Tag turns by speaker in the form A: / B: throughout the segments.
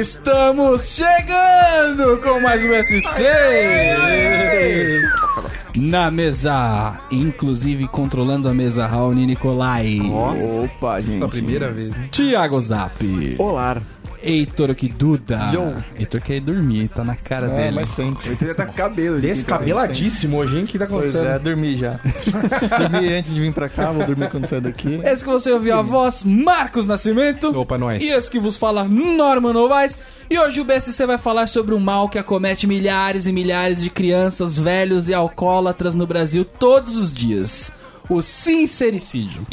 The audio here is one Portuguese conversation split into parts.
A: Estamos chegando com mais um SC! Na mesa, inclusive controlando a mesa, Raoni Nicolai,
B: Opa, gente.
C: A primeira vez, né?
A: Thiago Zap,
B: Olá.
A: Heitor que Duda.
D: Yo.
A: Heitor quer ir dormir, tá na
C: Ah,
A: cara
D: É,
A: dele.
D: mas sente.
B: Ele tá com cabelo.
C: Descabeladíssimo hoje, hein? O que tá
D: Pois
C: acontecendo?
D: é, dormi já. dormi antes de vir pra cá, vou dormir quando sair daqui.
A: Esse que você ouviu a voz, Marcos Nascimento.
C: Opa, nós.
A: E esse que vos fala, Norman Novaes. E hoje o BSC vai falar sobre um mal que acomete milhares e milhares de crianças, velhos e alcoólatras no Brasil todos os dias. O sincericídio.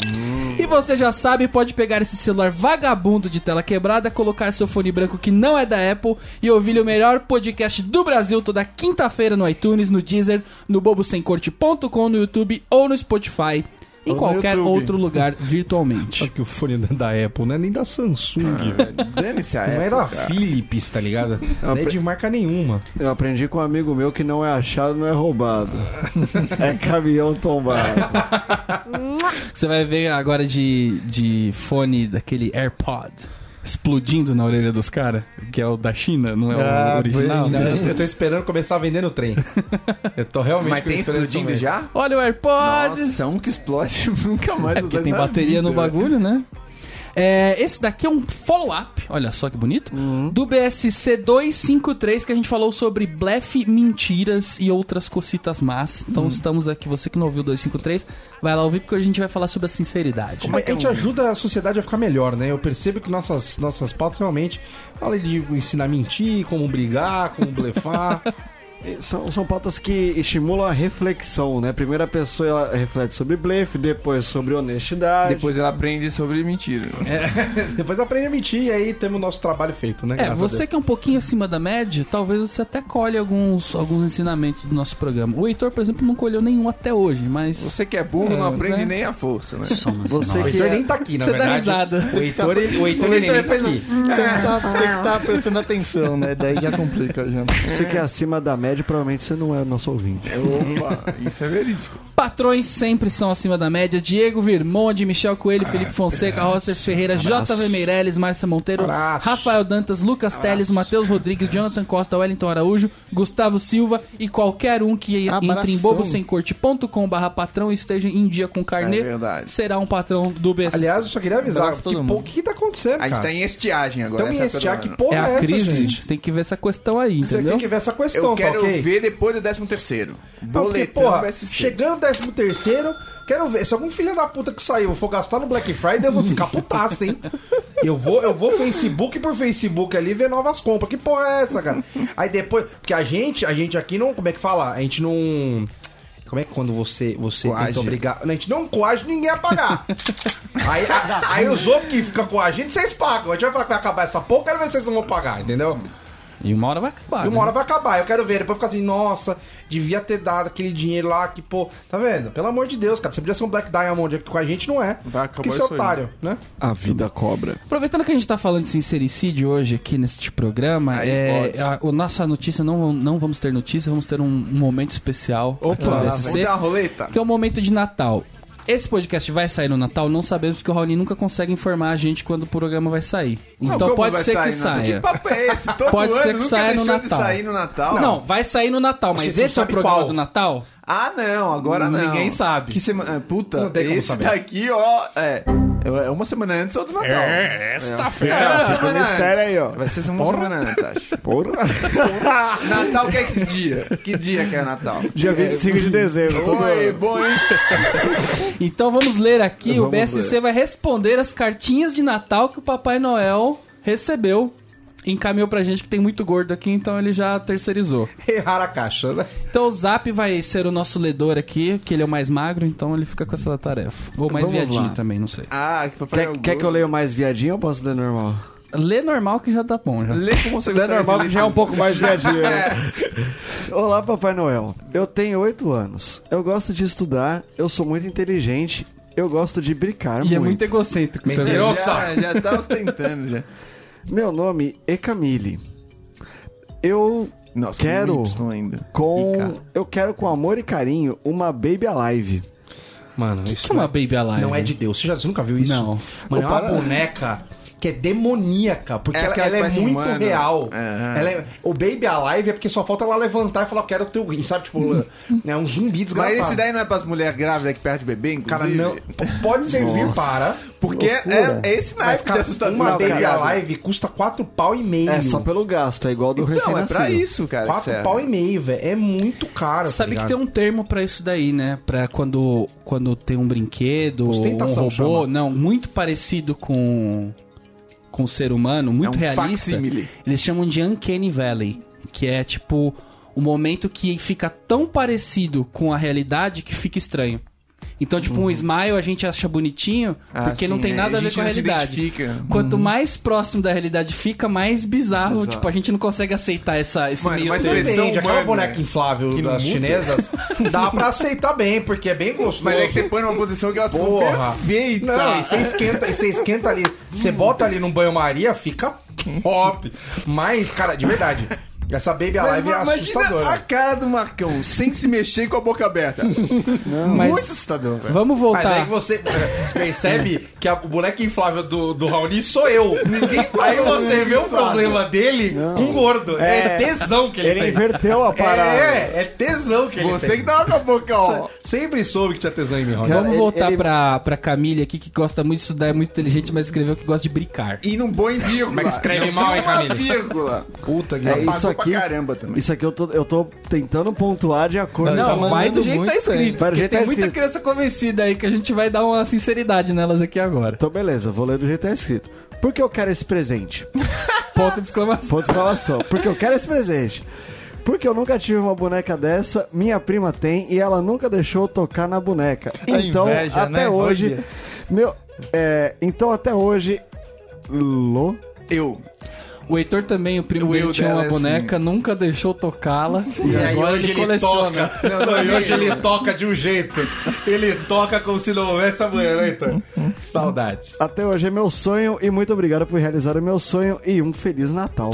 A: E você já sabe, pode pegar esse celular vagabundo de tela quebrada, colocar seu fone branco que não é da Apple e ouvir o melhor podcast do Brasil toda quinta-feira no iTunes, no Deezer, no bobosemcorte.com, no YouTube ou no Spotify, em
D: Ou no
A: qualquer
D: YouTube.
A: outro lugar virtualmente.
C: Sabe que o fone da- da Apple, não é nem da Samsung, velho.
B: Dane-se a
C: Não é da
B: época.
C: Philips, tá ligado? Não é de marca nenhuma.
E: Eu aprendi com um amigo meu que não é achado, não é roubado. é caminhão tombado.
A: Você vai ver agora de, de fone daquele AirPod explodindo na orelha dos caras, que é o da China, não é o
D: Ah,
A: original.
D: foi.
A: né?
C: Eu tô esperando começar vendendo o trem. Eu tô realmente
B: Mas
C: com
B: tem
C: esperança
B: explodindo
C: mesmo.
B: já?
A: Olha o AirPod!
B: Nossa, um que explode nunca mais
A: É porque
B: usar
A: tem
B: na
A: bateria no
B: vida.
A: bagulho, né? É, esse daqui é um follow-up, olha só que bonito,
C: Uhum.
A: do BSC 253 que a gente falou sobre blefe, mentiras e outras cocitas más. Então
C: Uhum.
A: estamos aqui, você que não ouviu o 253, vai lá ouvir porque a gente vai falar sobre a sinceridade.
C: Mas
E: É
C: a gente
E: um
C: ajuda a sociedade a ficar melhor, né? Eu percebo que nossas, nossas pautas realmente falam de ensinar a mentir, como brigar, como blefar.
E: E São, são pautas que estimulam a reflexão, né? Primeiro a pessoa ela reflete sobre blefe, depois sobre honestidade.
B: Depois ela aprende sobre mentira.
C: Depois aprende a mentir e aí temos o nosso trabalho feito, né?
A: É,
C: Graças a
A: você que é um pouquinho acima da média, talvez você até colhe alguns, alguns ensinamentos do nosso programa. O Heitor, por exemplo, não colheu nenhum até hoje, mas.
B: Você que é burro não aprende
A: né?
B: nem a força, né? Então
E: Você
C: O
A: então
E: que
C: Heitor
E: é,
C: nem tá aqui, na
A: Você dá
C: verdade.
A: risada.
C: O Heitor, ele- o Heitor, ele nem tá
B: um-
C: aqui.
D: Tem
B: Então
D: que
B: tá-
D: estar prestando atenção, né? Daí já complica, já.
E: você que é acima da média, provavelmente você não é o nosso ouvinte.
B: Opa, isso é verídico.
A: Patrões sempre são acima da média. Diego Virmonde, Michel Coelho,
C: Ah,
A: Felipe Fonseca, Rosser Ferreira, JV Meirelles, Márcia Monteiro,
C: Abraço.
A: Rafael Dantas, Lucas Teles, Matheus Rodrigues, Jonathan Costa, Wellington Araújo, Gustavo Silva e qualquer um que entre em
D: Abração.
A: bobosemcorte.com barra patrão e esteja em dia com carnê,
B: É verdade.
A: será um patrão do BSC.
C: Aliás, eu só queria avisar,
D: Abraço
C: que,
D: todo
C: pô,
D: mundo.
C: o que que tá acontecendo,
B: A
C: cara?
B: gente tá em estiagem agora.
C: Estamos em
B: essa
C: estiar, que
B: época do ano.
C: porra
A: é
C: é,
A: a
C: essa,
A: crise,
C: gente?
A: tem que ver essa questão aí,
C: Você
A: entendeu?
C: tem que ver essa questão,
B: Eu
C: tá
B: quero
C: ok?
B: ver depois do 13 terceiro.
C: Não, porque,
F: é um
B: Boletão
C: é um porra,
B: vai ser
C: chegando 13 terceiro, quero ver. Se algum filho da puta que saiu for gastar no Black Friday, eu vou ficar putaço, hein? Eu vou, eu vou Facebook por Facebook ali ver novas compras. Que porra é essa, cara? Aí depois. Porque a gente, a gente aqui não. Como é que fala? A gente não. Como é que quando você, você
B: Coage.
C: tenta obrigar. Não, A gente não coage ninguém a pagar. aí, a- aí os outros que ficam coagindo, vocês pagam. A gente vai falar que vai acabar essa porra, quero ver se vocês não vão pagar, entendeu?
A: E uma hora vai acabar.
C: E
A: né?
C: uma hora vai acabar, eu quero ver. Depois fica assim, nossa, devia ter dado aquele dinheiro lá que, pô, tá vendo? Pelo amor de Deus, cara, você podia ser um Black Diamond aqui com a gente, não é.
B: Vai acabar
C: Porque você é
B: isso aí.
C: otário, né?
E: A vida cobra.
A: Aproveitando que a gente tá falando de sincericídio hoje aqui neste programa,
B: Aí
A: é,
B: pode.
A: a, o nossa notícia, não, não vamos ter notícia, vamos ter um, um momento especial aqui no
B: lá,
A: BSC,
B: vamos dar a roleta.
A: que é o momento de Natal. Esse podcast vai sair no Natal, não sabemos porque o Raoni nunca consegue informar a gente quando o programa vai sair.
B: Não,
A: Então
B: como
A: pode
B: vai
A: ser
B: sair
A: que
B: no Natal?
A: saia.
B: Que papo é esse? Todo
A: Pode
B: ano
A: ser que
B: nunca
A: saia no
B: deixou de
A: Natal.
B: sair no Natal.
A: Não, vai sair no Natal, mas
C: Você não
A: esse é o
C: sabe
A: programa
C: qual.
A: do Natal?
B: Ah, não, agora não.
A: Ninguém sabe.
B: Que semana. ah, Puta,
C: Não tem como
B: esse
C: saber.
B: daqui, ó. É. É uma semana antes ou do Natal. É,
A: Tá
B: esta feira. É, uma semana
E: mistério
B: antes.
E: aí, ó.
B: Vai ser uma semana antes, acho.
E: Porra.
B: Natal que é que dia? Que dia que é Natal?
E: Dia 25
C: É.
E: de dezembro. todo
B: Oi,
E: ano.
B: bom, hein?
A: Então vamos ler aqui, o
E: Vamos
A: BSC vai responder as cartinhas de Natal que o Papai Noel recebeu. Encaminhou pra gente que tem muito gordo aqui, então ele já terceirizou.
C: Errar a caixa, né?
A: Então o Zap vai ser o nosso ledor aqui, que ele é o mais magro, então ele fica com essa tarefa. Ou mais
E: Vamos
A: viadinho
E: lá.
A: também, não sei.
B: Ah, que papai.
E: Quer, quer que eu leia mais viadinho ou posso ler normal?
A: Lê normal que já tá bom, já.
B: Lê como você
E: É
B: gostaria
E: normal
B: de
E: que
B: ler.
E: já é um pouco mais viadinho. né? Olá, Papai Noel. Eu tenho oito anos. Eu gosto de estudar. Eu sou muito inteligente. Eu gosto de brincar
A: E é muito
E: muito.
A: egocêntrico também.
C: Mentiroso.
B: Já, já tá ostentando já.
E: Meu nome é Camille. Eu
B: Nossa, né?
E: Quero.
B: com Y ainda.
E: com
B: Ih,
E: eu quero com amor e carinho uma baby alive.
C: Mano, isso
A: Que é uma baby alive.
C: não é de Deus. Você, já, você nunca viu isso?
A: Não.
C: Mano, é uma
E: Opa.
C: boneca
F: que é demoníaca, porque
B: É
F: ela,
B: aquela que
F: ela é
B: parece
F: muito
B: humana.
F: real.
B: É.
F: Ela é- o Baby Alive é porque só falta ela levantar e falar, eu quero o teu rim, sabe? Tipo, é um zumbi desgraçado.
B: Mas esse daí não é pras mulheres grávidas que perde bebê, inclusive?
F: Cara, não. p- Pode servir para.
B: Porque é, é esse
F: Mas,
B: naipe de
F: cara,
B: assustador.
F: uma Baby
B: cara.
F: Alive custa 4 pau e meio.
E: É só pelo gasto, é igual do
B: Então, é
E: recém-nascido.
B: pra isso, cara. que
F: 4
B: serve.
F: pau e meio, velho. É muito caro.
B: tá
A: Sabe que tem um termo pra isso daí, né? Pra quando, quando tem um brinquedo, ou um
F: Ostentação
A: robô,
F: chama.
A: não, muito parecido com com o ser humano, muito
B: É um
A: realista.
B: facsímile.
A: Eles chamam de uncanny valley, que é tipo o momento que fica tão parecido com a realidade que fica estranho. Então, tipo, um smile a gente acha bonitinho
B: Uhum. Ah,
A: porque não
B: sim,
A: tem
B: é,
A: nada a, ver
B: gente
A: com a
B: não se
A: realidade.
B: identifica. Uhum.
A: Quanto mais próximo da realidade fica, mais bizarro.
E: Exato.
A: Tipo, a gente não consegue aceitar essa, esse
B: Mano,
A: meio
B: mas
A: termo.
B: beleza.
F: Depende,
B: humana,
F: aquela boneca inflável
B: que não
F: das
B: muda.
F: chinesas, dá pra aceitar bem, porque é bem gostoso.
B: Mas é que você põe numa posição que elas ficam
F: Porra.
B: perfeitas.
F: Não,
A: é
F: e você esquenta, e você esquenta ali. Você bota ali num banho-maria, fica top. Mas, cara, de verdade, essa Baby
B: Mas,
F: Alive é
B: imagina
F: assustadora.
B: a cara do Marcão, sem se mexer e com a boca aberta.
A: Mas-
B: Muito assustador, velho.
A: Vamos
F: Mas aí
A: voltar.
F: que
B: é
F: você você percebe que a- o boneco inflável do, do Raoni sou eu. Aí você vê o problema dele com gordo. É, tesão que ele,
D: Ele
F: tem.
D: inverteu a parada.
F: É, é tesão que ele
B: Você
F: tem.
B: que tava com a boca, ó.
F: Sempre soube que tinha tesão em mim, Raoni.
E: Cara,
A: Vamos
E: ele-
A: voltar
E: ele-
A: pra, pra Camille aqui, que gosta muito de estudar, é muito inteligente, mas escreveu que gosta de brincar.
B: E num bom em vírgula. Como
A: é que escreve mal, hein, Camille?
B: vírgula.
F: Puta que
E: É
B: Apagou
E: isso aqui.
B: pra caramba também.
E: Isso aqui eu tô, eu tô tentando pontuar de acordo
D: Não,
E: com a
A: Não,
D: mandando
A: vai do jeito que
D: muito
A: tá
D: bem.
A: escrito.
E: Vai do
A: Porque
E: jeito que
A: tem
E: tá
A: muita
E: escrito.
A: criança convencida aí que a gente vai dar uma sinceridade nelas aqui agora.
E: Então, beleza, vou ler do jeito que tá escrito. Por que eu quero esse presente?
A: Ponto de exclamação.
E: Ponto de exclamação. Porque eu quero esse presente. Porque eu nunca tive uma boneca dessa, minha prima tem e ela nunca deixou eu tocar na boneca.
D: A
E: Então,
D: inveja,
E: até
D: né?
E: hoje.
D: Olha.
E: Meu. É, então, até hoje. Lô.
B: Eu.
A: O Heitor também, o primo
B: O
A: dele,
B: eu
A: tinha uma
B: dela é assim.
A: boneca, nunca deixou tocá-la. E,
F: aí
A: agora ele coleciona.
F: toca.
B: É
F: Não, não, e hoje ele toca de um jeito. Ele toca como se não houvesse amanhã, né, Heitor? Saudades.
E: Até hoje é meu sonho e muito obrigado por realizar o meu sonho e um Feliz Natal.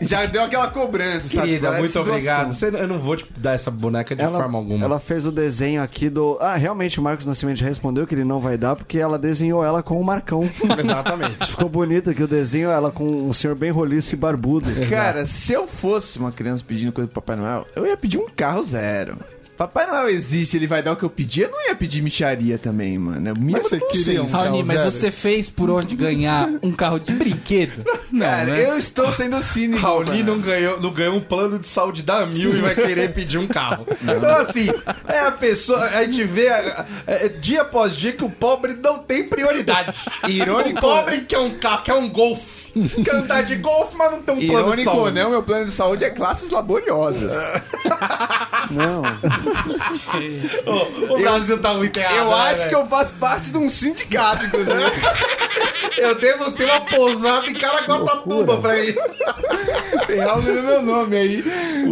B: Já deu aquela cobrança, sabe?
F: Querida,
B: Parece
F: muito
B: doação.
F: obrigado. Você- eu não vou te dar essa boneca de forma alguma.
E: ela fez o desenho aqui do. Ah, realmente o Marcos Nascimento já respondeu que ele não vai dar, porque ela desenhou ela com o Marcão.
F: Exatamente.
E: Ficou bonito aqui o desenho, ela com um senhor bem roliço e barbudo.
B: Cara, se eu fosse uma criança pedindo coisa pro Papai Noel, eu ia pedir um carro zero. Papai Noel existe, ele vai dar o que eu pedi. Eu não ia pedir micharia também, mano. É o mínimo
D: Mas você
B: do bom
D: queria um
B: senso.
A: Raoni, mas
D: Zero.
A: você fez por onde ganhar um carro de brinquedo? Não,
B: Cara,
A: né?
B: eu estou sendo cínico.
F: Raoni
B: mano.
F: não ganhou, não ganhou um plano de saúde da Mil e vai querer pedir um carro. Então, assim, é a pessoa. A gente vê é, é, dia após dia que o pobre não tem prioridade.
B: Irônico.
F: O pobre quer um carro, quer um golfe. Quer andar de golfe, mas não tem um plano de
B: Irônico
F: saúde.
B: ou não, meu plano de saúde é classes laboriosas.
E: Não.
F: O Brasil tá muito errado.
B: eu
F: né,
B: acho
F: velho?
B: que eu faço parte de um sindicato, inclusive.
F: Eu devo ter uma pousada em Caraguatatuba pra ir.
B: Tem algo no meu nome aí.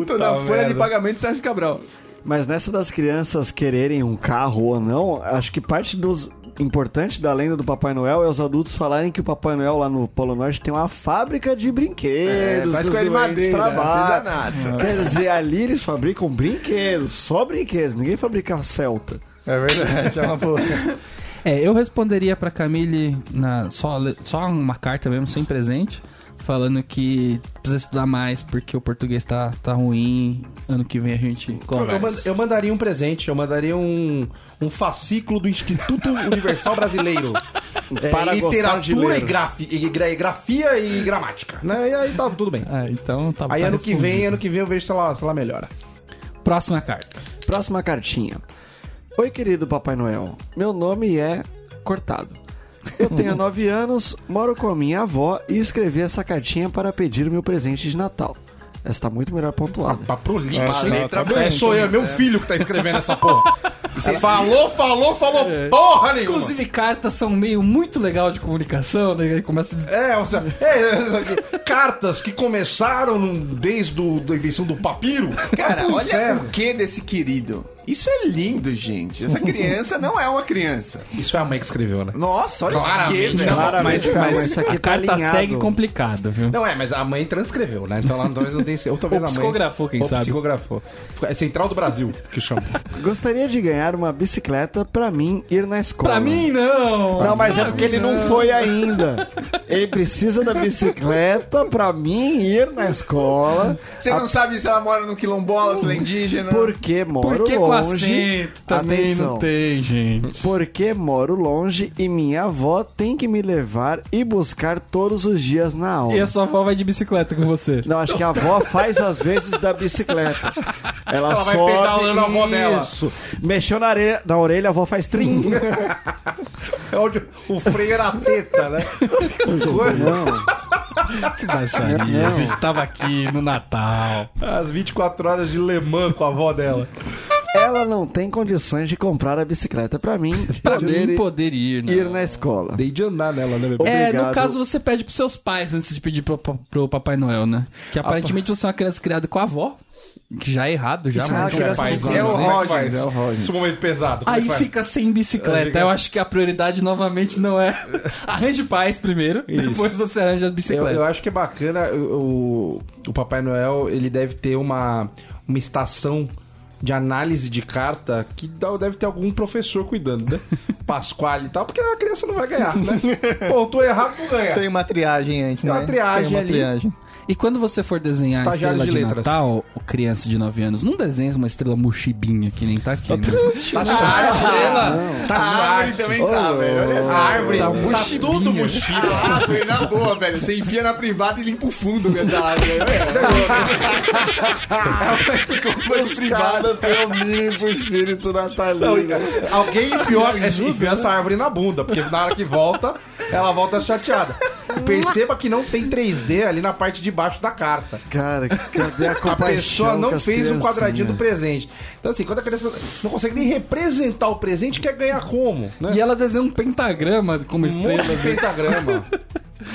B: Tô na
F: Puta
B: folha de
F: merda.
B: pagamento de Sérgio Cabral.
E: Mas nessa das crianças quererem um carro ou não, acho que parte dos. Importante da lenda do Papai Noel é os adultos falarem que o Papai Noel lá no Polo Norte tem uma fábrica de
F: É,
E: brinquedos.
B: É, faz
E: que os
B: com ele né?
E: doentes
B: madeira,
E: trabalham.
B: artesanato.
E: Quer dizer, ali eles fabricam brinquedos, só brinquedos, ninguém fabrica Celta.
D: É verdade, é uma boa.
A: É, eu responderia pra Camille na, só, le- só uma carta mesmo, sem presente, falando que precisa estudar mais porque o português tá, tá ruim. Ano que vem a gente
F: Eu, mand-
A: conversa.
F: eu mandaria um presente, eu mandaria um, um fascículo do Instituto Universal Brasileiro. É,
E: Para gostar de
F: literatura e,
E: ler.
F: grafi- e gra- grafia e gramática. Né? E aí tá tudo bem.
A: Ah, então tá
F: Aí
A: tá
F: ano que vem, ano que vem eu vejo se ela, se ela melhora.
A: Próxima carta.
E: Próxima cartinha. Oi, querido Papai Noel. Meu nome é Cortado. Eu tenho 9 anos, moro com a minha avó e escrevi essa cartinha para pedir o meu presente de Natal. Essa tá muito melhor pontuada.
F: Tá prolixo.
D: Ah, não, tá bem,
F: sou
D: tá
F: eu, é meu filho que tá escrevendo essa porra. Você falou, falou, falou porra nenhuma.
A: Inclusive, cartas são um meio muito legal de comunicação, né? Aí começa a
F: É, ou seja, é, é, é, cartas que começaram num- desde o- da invenção do papiro.
B: Cara,
F: Vai pro
B: olha
F: inferno.
B: o que desse querido. Isso é lindo, gente. Essa criança não é uma criança.
F: Isso é a mãe que escreveu, né?
B: Nossa, olha
F: Claramente,
B: isso aqui, velho.
E: Claramente, mas, calma, isso aqui
A: A
E: tá
A: carta
E: alinhado.
A: segue complicado, viu?
F: Não, é, mas a mãe transcreveu, né? Então lá talvez não tenha sido. Ou talvez
A: Ou
F: a mãe.
A: psicografou, quem
F: ou
A: sabe?
F: psicografou. É Central do Brasil que chama.
E: Gostaria de ganhar uma bicicleta pra mim ir na escola.
A: Pra mim, não!
E: Não, mas é porque ele não foi ainda. Ele precisa da bicicleta pra mim ir na escola.
A: Tá.
B: Você não sabe se ela mora no quilombola, se ela é indígena.
E: Porque moro
A: Por que com
E: longe.
A: acento também
E: Atenção.
A: não tem, gente?
E: Porque moro longe e minha avó tem que me levar e buscar todos os dias na aula.
A: E a sua avó vai de bicicleta com você.
E: Não, acho que a avó faz às vezes da bicicleta. Ela,
F: vai
E: sobe,
F: pedalando a avó dela.
E: Isso. Mexeu na, areia, na orelha, a avó faz trim.
F: É onde o freio era a teta, né?
E: Não,
A: Que baixaria. A gente tava aqui no Natal.
F: As 24 horas de Le Mans com a avó dela.
E: ela não tem condições de comprar a bicicleta pra mim
A: Pra
E: poder
A: mim poder ir, né?
E: ir na escola.
F: Dei de andar nela, né, bebê?
A: É,
E: Obrigado.
A: no caso você pede pros seus pais antes de pedir pro, pro- pro Papai Noel, né? Que aparentemente você é uma criança criada com a avó, que já é errado, já,
E: é uma
A: mas...
E: criança
A: pais,
E: com
A: né?
B: É o
F: Como que
B: Rogers,
F: faz?
B: é o Rogers.
F: Esse momento pesado. como é
A: Aí
F: que faz?
A: fica sem bicicleta. Eu acho que a prioridade novamente não é. Arranje paz primeiro, depois você arranja a
F: Eu,
A: bicicleta.
F: eu acho que é bacana o, o- o Papai Noel, ele deve ter uma, uma estação de análise de carta que dá- deve ter algum professor cuidando, né? Pasquale e tal, porque a criança não vai ganhar, né? Pô, tô errado, não ganha.
D: Tem uma triagem antes,
F: Tem uma
D: né?
F: triagem
D: Tem uma
F: ali.
D: triagem.
A: E quando você for desenhar a
F: Estagiário
A: estrela de,
F: de letras.
A: Natal, o criança de 9 anos, não desenha uma estrela mochibinha que nem tá aqui. Né?
F: Tá chato.
A: estrela.
F: Tá
B: A árvore
F: chato.
B: também tá, velho. Olha essa
F: A árvore
A: Tá
F: tá,
A: mochibinha.
F: tudo mochila.
B: A árvore, Ah, na boa, velho. Você enfia na privada e limpa o fundo né? velho, da árvore. É, velho. É Ela ficou por privada.
E: têm o mínimo pro espírito
F: Não,
E: natalino.
F: Alguém enfiou, enfiou essa árvore na bunda, porque na hora que volta, ela volta chateada. Perceba que não tem 3D ali na parte de baixo da carta.
E: Cara, cadê a
F: A
E: compaixão
F: pessoa
E: com
F: não
E: as
F: fez o quadradinho do
E: criancinhas?
F: presente. Então, assim, quando a criança não consegue nem representar o presente, quer ganhar como? Né?
A: E ela desenha um pentagrama como
F: Um monte
A: estrela.
F: de pentagrama.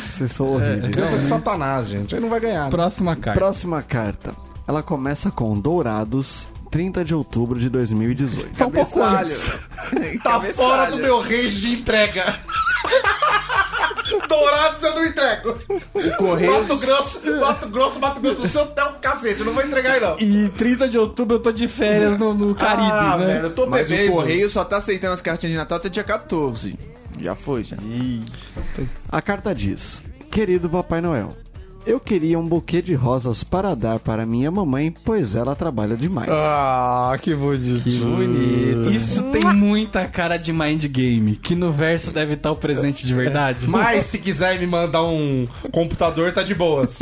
E: Vocês são horríveis.
F: Criança é de satanás, gente. Aí não vai ganhar. né?
A: Próxima carta.
E: Próxima carta. Ela começa com Dourados, 30 de outubro de 2018.
A: Tá um pouco
B: Cabeçalho.
A: antes.
F: Tá
B: Cabeçalho.
F: fora do meu range de entrega. Dourados eu não entrego.
B: Correios.
F: Mato Grosso, Mato Grosso, Mato Grosso do Sul, até um cacete. Eu não vou entregar aí, não.
A: E 30 de outubro eu tô de férias no, no Caribe,
F: ah,
A: né?
F: velho, eu tô
B: Mas o
F: bebendo.
B: correio só tá aceitando as cartinhas de Natal até dia 14. Já foi, já.
E: A carta diz: Querido Papai Noel, eu queria um buquê de rosas para dar para minha mamãe, pois ela trabalha demais.
D: Ah, que bonito.
A: Bonito. Isso tem muita cara de mind game, que no verso deve estar o presente de verdade.
F: Mas se quiser me mandar um computador, tá de boas.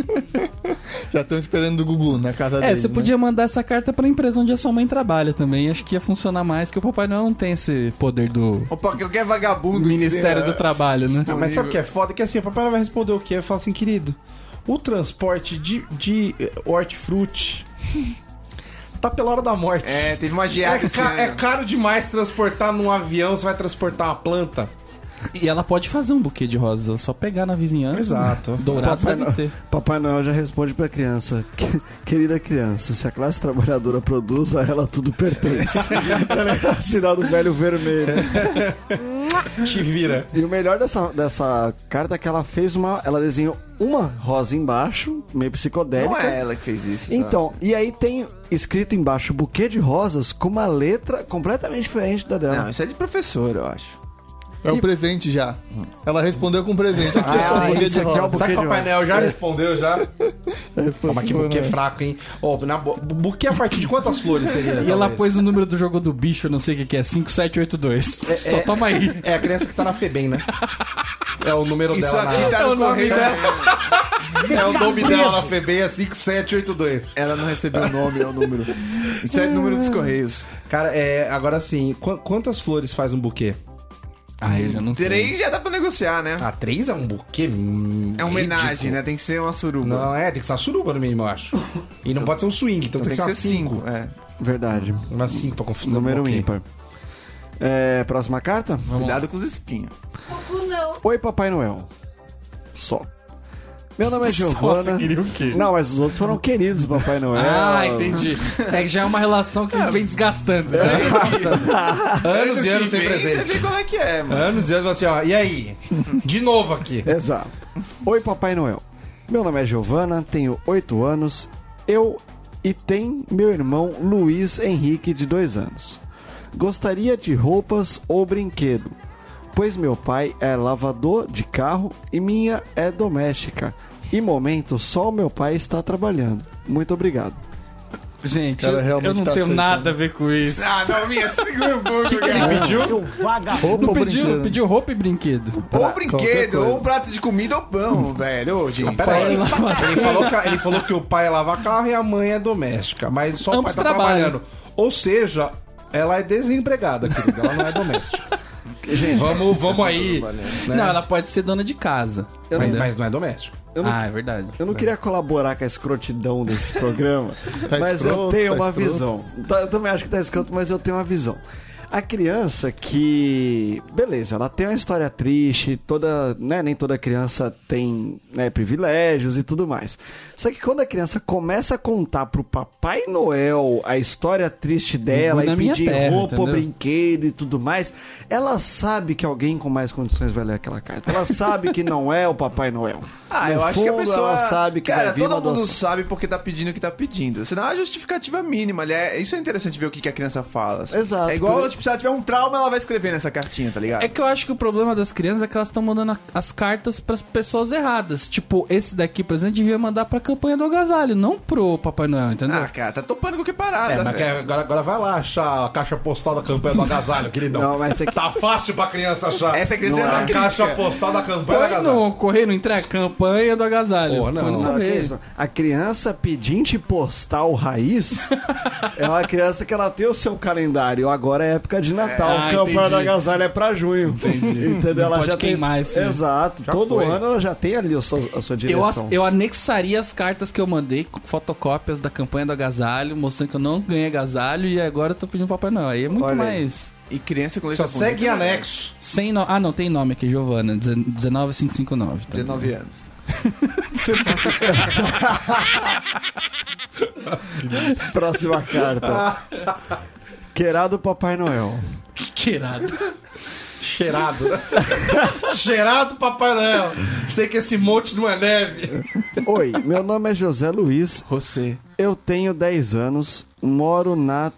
D: Já estão esperando do Gugu na casa
A: É,
D: dele.
A: você
D: né?
A: podia mandar essa carta pra empresa onde a sua mãe trabalha também. Acho que ia funcionar mais, porque o Papai Noel não tem esse poder do
B: Ô, pô, que eu quero vagabundo.
A: Ministério do Trabalho, né?
F: Ah, mas sabe o que é foda? Que assim, o papai vai responder o quê? Fala assim, querido, o transporte de, de eh, hortifruti tá pela hora da morte.
B: É, teve uma
F: É
B: geada esse
F: ca- é
B: ano.
F: caro demais transportar num avião, você vai transportar uma planta.
A: E ela pode fazer um buquê de rosas, ela só pegar na vizinhança.
F: Exato.
A: Dourado
E: Papai
A: deve ter.
E: Papai Noel já responde para a criança: "Que- Querida criança, se a classe trabalhadora produz, a ela tudo pertence. Assinado velho vermelho.
F: Te vira.
E: E o melhor dessa, dessa carta é que ela fez uma. Ela desenhou uma rosa embaixo, meio
B: Não
E: psicodélica.
B: é ela que fez isso. sabe?
E: Então, e aí tem escrito embaixo buquê de rosas com uma letra completamente diferente da dela.
B: Não, isso é de professor, eu acho.
D: É o presente já. Ela respondeu com presente. Aqui,
E: Ah,
D: ah,
E: isso aqui é o bu-
F: Sabe que o
E: Buquê
F: Papai
E: de
F: Noel já respondeu, já?
D: Resposta
F: Ó, mas que
D: boa,
F: buquê
D: né?
F: fraco, hein? Ó, na bo- bu- buquê a partir de quantas flores seria?
A: E ela
F: talvez?
A: pôs o número do jogo do bicho, não sei o que, que é, 5782. Só toma aí.
F: É a criança que tá na Febem, né? É o número
B: Isso
F: dela. na-
B: aqui tá
A: É o
B: no
A: nome
B: correio.
A: dela.
F: É o nome dela na FEBEM, é 5782.
B: Ela não recebeu o nome, é o número. Isso é número dos correios.
F: Cara, é, agora sim, qu- quantas flores faz um buquê?
A: Ah, eu já não sei.
B: Três já dá pra negociar, né?
F: Ah, três é um buquê?
B: É uma homenagem, né? Tem que ser uma suruba.
F: Não, é, tem que ser uma suruba no mínimo, eu acho. E não pode ser um swing, então,
B: Tem que ser cinco.
F: cinco.
B: É.
E: Verdade.
F: Uma cinco pra confundir.
E: Número
F: um
E: ímpar. É, próxima carta?
B: Cuidado com os espinhos.
G: Conclusão.
E: Oi, Papai Noel. Só. Meu nome é Giovana.
H: seguiria o quê?
E: Não, mas os outros foram queridos, Papai Noel.
A: Ah, entendi. É que já é uma relação que a gente vem desgastando. né?
F: Anos e anos sem
B: Você
F: presente.
B: vê como é que é, mano.
F: Anos e anos assim, ó. E aí? De novo aqui.
B: É,
E: Exato. Oi, Papai Noel. Meu nome é Giovana, tenho 8 anos. Eu e tem meu irmão Luiz Henrique, de 2 anos. Gostaria de roupas ou brinquedo, pois meu pai é lavador de carro e minha é doméstica. E momento, só o meu pai está trabalhando. Muito obrigado.
A: Gente,
D: Cara,
A: eu,
D: realmente
A: eu não
D: tá
A: tenho
D: aceitando.
A: nada a ver com isso.
B: Ah, não, minha, segura um pouco, cara.
H: Ele pediu?
I: Seu vagabundo.
D: Roupa
A: não
D: ou
A: pediu,
D: brinquedo?
A: pediu roupa e brinquedo.
B: Ou um
D: Pra- qualquer
B: brinquedo,
D: coisa.
B: ou um prato de comida ou pão,
E: Hum.
B: velho. Ô, gente.
F: Pera aí.
A: Pai lava-
F: Ele falou, que, ele falou que o pai lava carro e a mãe é doméstica, mas só o
A: Ambos
F: pai tá
A: trabalham.
F: trabalhando. Ou seja, ela é desempregada, querida. Ela não é doméstica. Gente, vamos,
B: é
F: vamos aí. né?
A: Não, ela pode ser dona de casa.
F: mas,
A: entendeu?
F: mas não é doméstica.
A: Ah, é verdade.
E: Eu não queria colaborar com a escrotidão desse programa,
D: Tá
E: mas eu
D: escroto,
E: tenho
D: tá
E: uma
D: escroto.
E: visão. Tá, eu também acho que tá escroto, mas eu tenho uma visão. A criança que. Beleza, ela tem uma história triste, toda. Né, nem toda criança tem né, privilégios e tudo mais. Só que quando a criança começa a contar pro Papai Noel a história triste dela
A: Na
E: e
A: minha
E: pedir
A: terra,
E: roupa,
A: entendeu?
E: brinquedo e tudo mais, ela sabe que alguém com mais condições vai ler aquela carta. Ela sabe que não é o Papai Noel.
B: Ah, eu
E: No
B: acho que a
E: fundo,
B: pessoa.
E: ela sabe que
B: cara,
E: vai vir
B: todo
E: uma
B: mundo
E: doação.
B: sabe porque tá pedindo o que tá pedindo. Senão é uma justificativa mínima. ali. É, isso é interessante ver o que, que a criança fala. assim.
E: Exato.
B: É igual, tipo, se ela tiver um trauma, ela vai escrever nessa cartinha, tá ligado?
A: É que eu acho que o problema das crianças é que elas estão mandando a- as cartas pras pessoas erradas. Tipo, esse daqui, por exemplo, devia mandar pra campanha do agasalho, não pro Papai Noel, entendeu?
B: Ah, cara, tá topando qualquer parada.
F: É, mas que-
B: velho.
F: agora, agora vai lá achar a caixa postal da campanha do agasalho, queridão.
E: Não, mas é que-
F: Tá fácil pra criança achar.
B: Essa criança já
F: Não
B: tá
F: é.
B: crítica.
F: caixa postal da campanha do
A: Põe
F: agasalho.
A: no correio, não entrega campanha do agasalho.
F: Pô, não.
A: Põe no
E: Não, que
A: correio.
E: isso. A criança pedinte postal raiz é uma criança que ela tem o seu calendário. Agora é época de Natal.
A: Ah,
E: o campanha
A: entendi.
E: da agasalho é pra junho. Entendi. Entendeu? Ela
A: pode
E: já tem.
A: queimar esse-
E: Exato. Todo
F: foi.
E: ano ela já tem ali a sua, a sua
A: Eu, as-
E: direção.
A: eu anexaria as cartas que eu mandei, com fotocópias da campanha do agasalho, mostrando que eu não ganhei agasalho e agora eu tô pedindo Papai Noel. Aí é muito
E: Olha aí.
A: mais.
B: E criança com
F: Só
B: letra
F: segue em
B: bonita, né?
F: anexo.
A: Sem no- Ah, não, tem nome aqui, Giovana. 19559. Tá?
B: 19 anos.
E: Próxima carta. Querado Papai Noel.
F: Cheirado. Cheirado, Papai Noel. Sei que esse monte não é neve.
E: Oi, meu nome é José Luiz
B: Você.
E: Eu tenho 10 anos, moro na.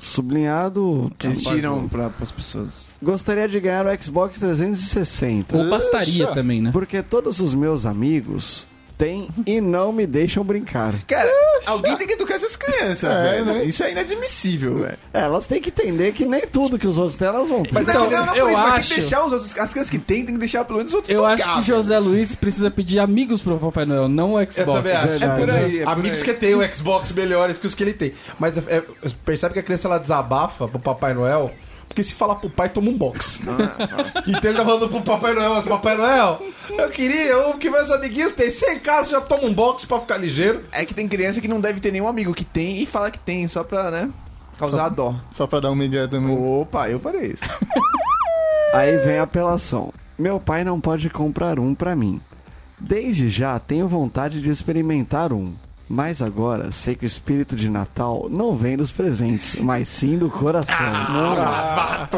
E: Sublinhado.
B: Eles tiram pra, pras pessoas.
E: Gostaria de ganhar o Xbox 360.
A: Ou bastaria também, né?
E: Porque todos os meus amigos têm e não me deixam brincar.
B: Cara, alguém tem que educar essas crianças, velho. Isso é inadmissível, velho.
E: É, elas têm que entender que nem tudo que os outros têm elas vão ter.
B: Mas
A: Então,
B: é que não, não,
A: eu
B: por isso, mas tem
A: acho-
B: que deixar os outros, as crianças que tem, tem que deixar pelo menos os outros
A: Eu
B: tocar,
A: acho que
B: velho.
A: José Luiz precisa pedir amigos pro Papai Noel, não o Xbox.
F: Eu também acho.
B: É por aí. É por
F: Amigos
B: aí.
F: que têm o Xbox melhores que os que ele tem. Mas é- é- percebe que a criança ela desabafa pro Papai Noel. Porque se falar pro pai, toma um box. então ele tá falando pro Papai Noel, mas Papai Noel, eu queria, o que meus amiguinhos têm, se em casa já toma um box pra ficar ligeiro.
B: É que tem criança que não deve ter nenhum amigo que tem e fala que tem, só pra, né? Causar dó.
D: Só pra dar um migué também.
B: Opa, eu farei isso.
E: Aí vem a apelação. Meu pai não pode comprar um pra mim. Desde já tenho vontade de experimentar um. Mas agora sei que o espírito de Natal não vem dos presentes, mas sim do coração.
B: Ah,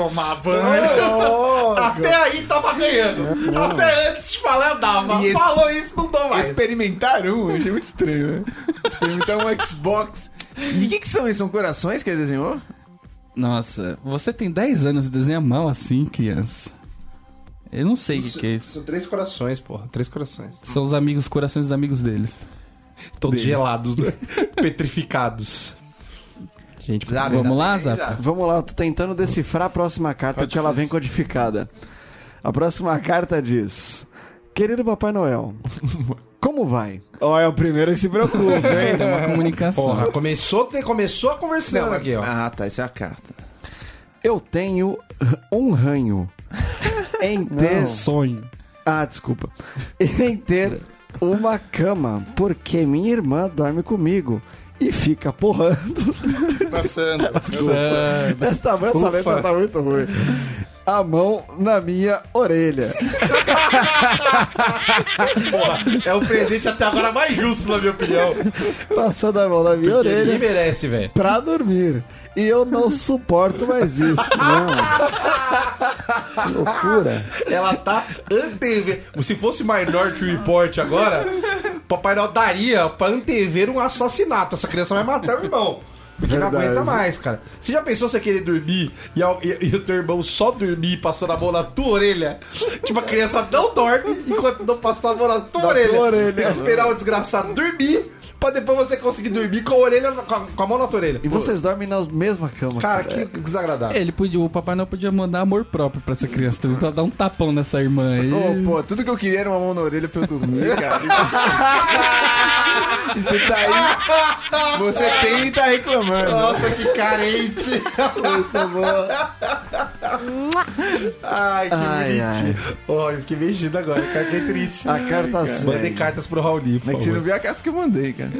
F: Até aí tava ganhando. Até antes de falar, eu dava.
B: E esse-
F: Falou isso, não dou mais.
B: Experimentar um, eu achei muito estranho, né? Experimentar um Xbox. E o que, que são isso? São corações que ele desenhou?
A: Nossa, você tem 10 anos e desenha mal assim, criança. Eu não sei o que, que é isso.
F: São três corações, porra. Três corações.
A: São os amigos, corações dos amigos deles.
F: Todos gelados, né? petrificados.
A: Gente,
B: Zap,
A: vamos
B: tá
A: lá,
B: bem,
A: Zap?
B: Zap.
E: Vamos lá, eu tô tentando decifrar a próxima carta porque ela vem codificada. A próxima carta diz: Querido Papai Noel, como vai? Ó, é o primeiro que se preocupa, hein?
A: Tem uma comunicação.
F: Porra, começou, te- começou a conversar aqui, ó.
B: Ah, tá, isso é a carta.
E: Eu tenho um ranho em ter.
A: Sonho.
E: Ah, desculpa. Em ter uma cama, porque minha irmã dorme comigo e fica porrando.
D: Passando.
E: Tá Desta vez essa letra tá muito tá ruim. a mão na minha orelha.
F: É o presente até agora mais justo, na minha opinião.
E: Passando a mão na minha
F: Ele
E: orelha
F: merece, velho.
E: pra dormir. E eu não suporto mais isso.
D: Loucura.
F: Ela tá antever. Se fosse Minority Report agora, Papai Noel daria pra antever um assassinato. Essa criança vai matar o irmão. Porque não
E: Verdade.
F: aguenta mais, cara. Você já pensou você querer dormir e, ao- e- e o teu irmão só dormir passando a mão na tua orelha? Tipo, a criança não dorme enquanto não passar a mão na tua,
E: Na
F: orelha.
E: tua orelha.
F: Você tem que esperar o desgraçado dormir pra depois você conseguir dormir com a orelha na- com a, com a mão na tua orelha.
E: E vocês dormem na mesma cama.
F: Cara, que desagradável.
A: Ele podia, o papai não podia mandar amor próprio pra essa criança também, pra dar um tapão nessa irmã aí.
B: Ô, pô, tudo que eu queria era uma mão na orelha pra eu dormir, cara. E você tá aí. Você tem e tá reclamando.
F: Nossa, que carente! Ai,
B: Ah.
F: que
E: Ai, ai.
F: bonitinho. Olha, eu fiquei mexido agora. Cara, fiquei triste.
E: A carta segue.
F: Mandem cartas pro Raoni, por
B: Como é que você
F: favor.
B: não viu a carta que eu mandei, cara?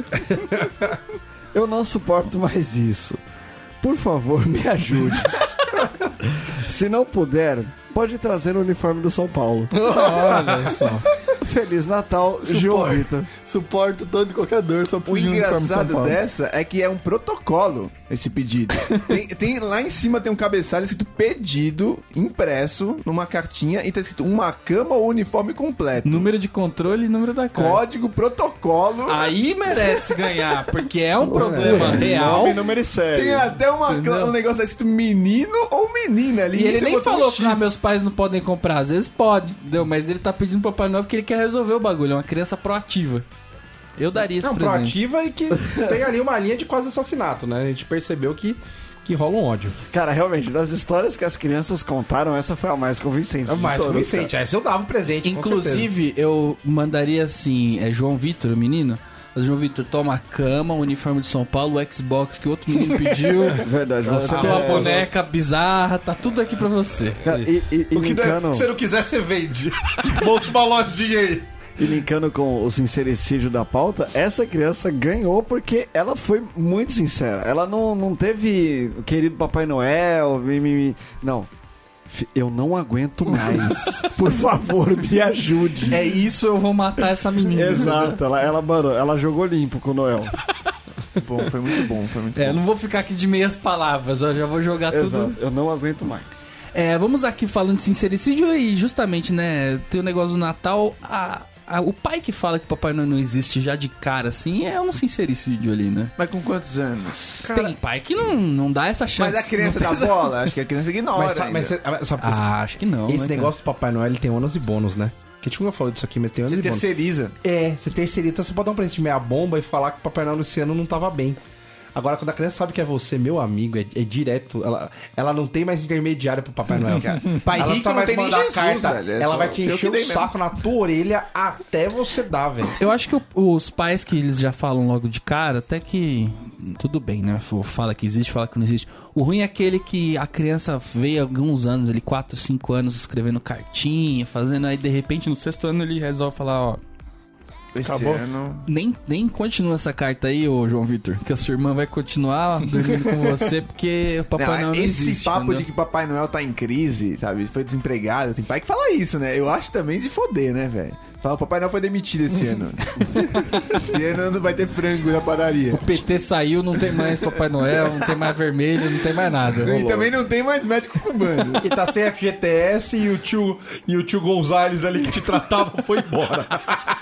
E: Eu não suporto mais isso. Por favor, me ajude. Se não puder, pode trazer o uniforme do São Paulo.
A: Olha só.
E: Feliz Natal, João Vitor.
D: Suporto todo e qualquer dor, só
B: O
D: preciso de um uniforme de São
B: engraçado
D: Paulo.
B: dessa é que é um protocolo esse pedido. Tem, tem- lá em cima tem um cabeçalho escrito pedido impresso numa cartinha e tá escrito uma cama ou uniforme completo.
A: Número de controle e número da carta.
B: Código, protocolo.
A: Aí merece ganhar, porque é um problema real.
D: Nome, número e série.
B: Tem até uma cla- um
F: Tá
B: negócio escrito menino ou menina ali.
A: E ele
B: Você
A: nem
B: botou um
A: falou
B: X.
A: que ah, meus pais não podem comprar. Às vezes pode, entendeu? Mas ele tá pedindo pro Papai Noel porque ele quer resolver o bagulho. É uma criança proativa. Eu daria esse
F: Não,
A: presente.
F: proativa e que tem ali uma linha de quase assassinato, né? A gente percebeu que, que rola um ódio.
E: Cara, realmente, das histórias que as crianças contaram, essa foi a mais convincente. de
F: Mas
E: todas,
F: convincente. Essa eu dava um presente, com certeza.
A: Inclusive, eu mandaria assim, é João Vitor, o menino. Mas João Vitor toma a cama, o uniforme de São Paulo, o Xbox que outro menino pediu.
E: cara. Verdade, você
A: a
E: tem
A: tua
E: razão.
A: boneca bizarra, tá tudo aqui pra você.
E: Cara, e, e- e
F: O que não é-
E: linkando,
F: se você não quiser, você vende. Monta uma lojinha aí.
E: e linkando com o sincericídio da pauta, essa criança ganhou porque ela foi muito sincera. Ela não, não teve querido Papai Noel, mimimi. Não. Fi- Eu não aguento mais. Por favor, me ajude.
A: É isso, eu vou matar essa menina.
E: Exato, ela, ela, mano, ela jogou limpo com o Noel.
B: Bom, foi muito bom, foi muito
A: É,
B: bom.
A: não vou ficar aqui de meias palavras, ó, já vou jogar tudo
E: Exato. Eu não aguento mais.
A: É, vamos aqui falando de sincericídio e justamente, né, tem o negócio do Natal, a- a- o pai que fala que Papai Noel não existe já de cara, assim, é um sincericídio ali, né?
B: Mas com quantos anos?
A: tem pai que não, não dá essa chance.
B: Mas a criança
A: não
B: dá
A: tem essa-
B: bola? Acho que a criança ignora.
F: Mas, sa- mas,
B: ainda.
F: você- mas sabe-
A: Ah, acho que não.
F: esse
A: né,
F: negócio do Papai Noel, ele tem ônus e bônus, né? Que a gente nunca falou disso aqui, mas tem ônus
B: Você
F: e bônus.
B: terceiriza.
F: É, você terceiriza. Então você pode dar um presente de meia bomba e falar que o Papai Noel Luciano não tava bem. Agora, quando a criança sabe que é você, meu amigo, é, é direto. Ela, ela não tem mais intermediário pro Papai Noel, cara.
B: Pai
F: ela não
B: rico
F: precisa
B: não
F: mais
B: tem nem
F: mandar
B: Jesus,
F: carta.
B: velho, é
F: ela
B: só
F: vai te
B: eu que
F: encher o
B: dei mesmo.
F: saco na tua orelha até você dar, velho.
A: Eu acho que o- os pais que eles já falam logo de cara, até que. Tudo bem, né? F- Fala que existe, fala que não existe. O ruim é aquele que a criança veio alguns anos, ali, 4, 5 anos, escrevendo cartinha, fazendo, aí de repente no sexto ano ele resolve falar: ó,
B: Esse
F: Acabou.
B: ano.
A: nem, nem continua essa carta aí, ô João Vitor, que a sua irmã vai continuar dormindo com você, porque o Papai
B: Não,
A: Noel não
B: esse
A: existe.
B: papo
A: entendeu?
B: de que Papai Noel tá em crise, sabe? Foi desempregado. Tem pai que fala isso, né? Eu acho também de foder, né, velho? Fala, Papai Noel foi demitido esse ano. esse ano não vai ter frango na padaria.
A: O PT saiu, não tem mais Papai Noel, não tem mais vermelho, não tem mais nada.
B: E também não tem mais médico cubano.
F: E tá sem FGTS e o tio, e o tio Gonzalez ali que te tratava foi embora.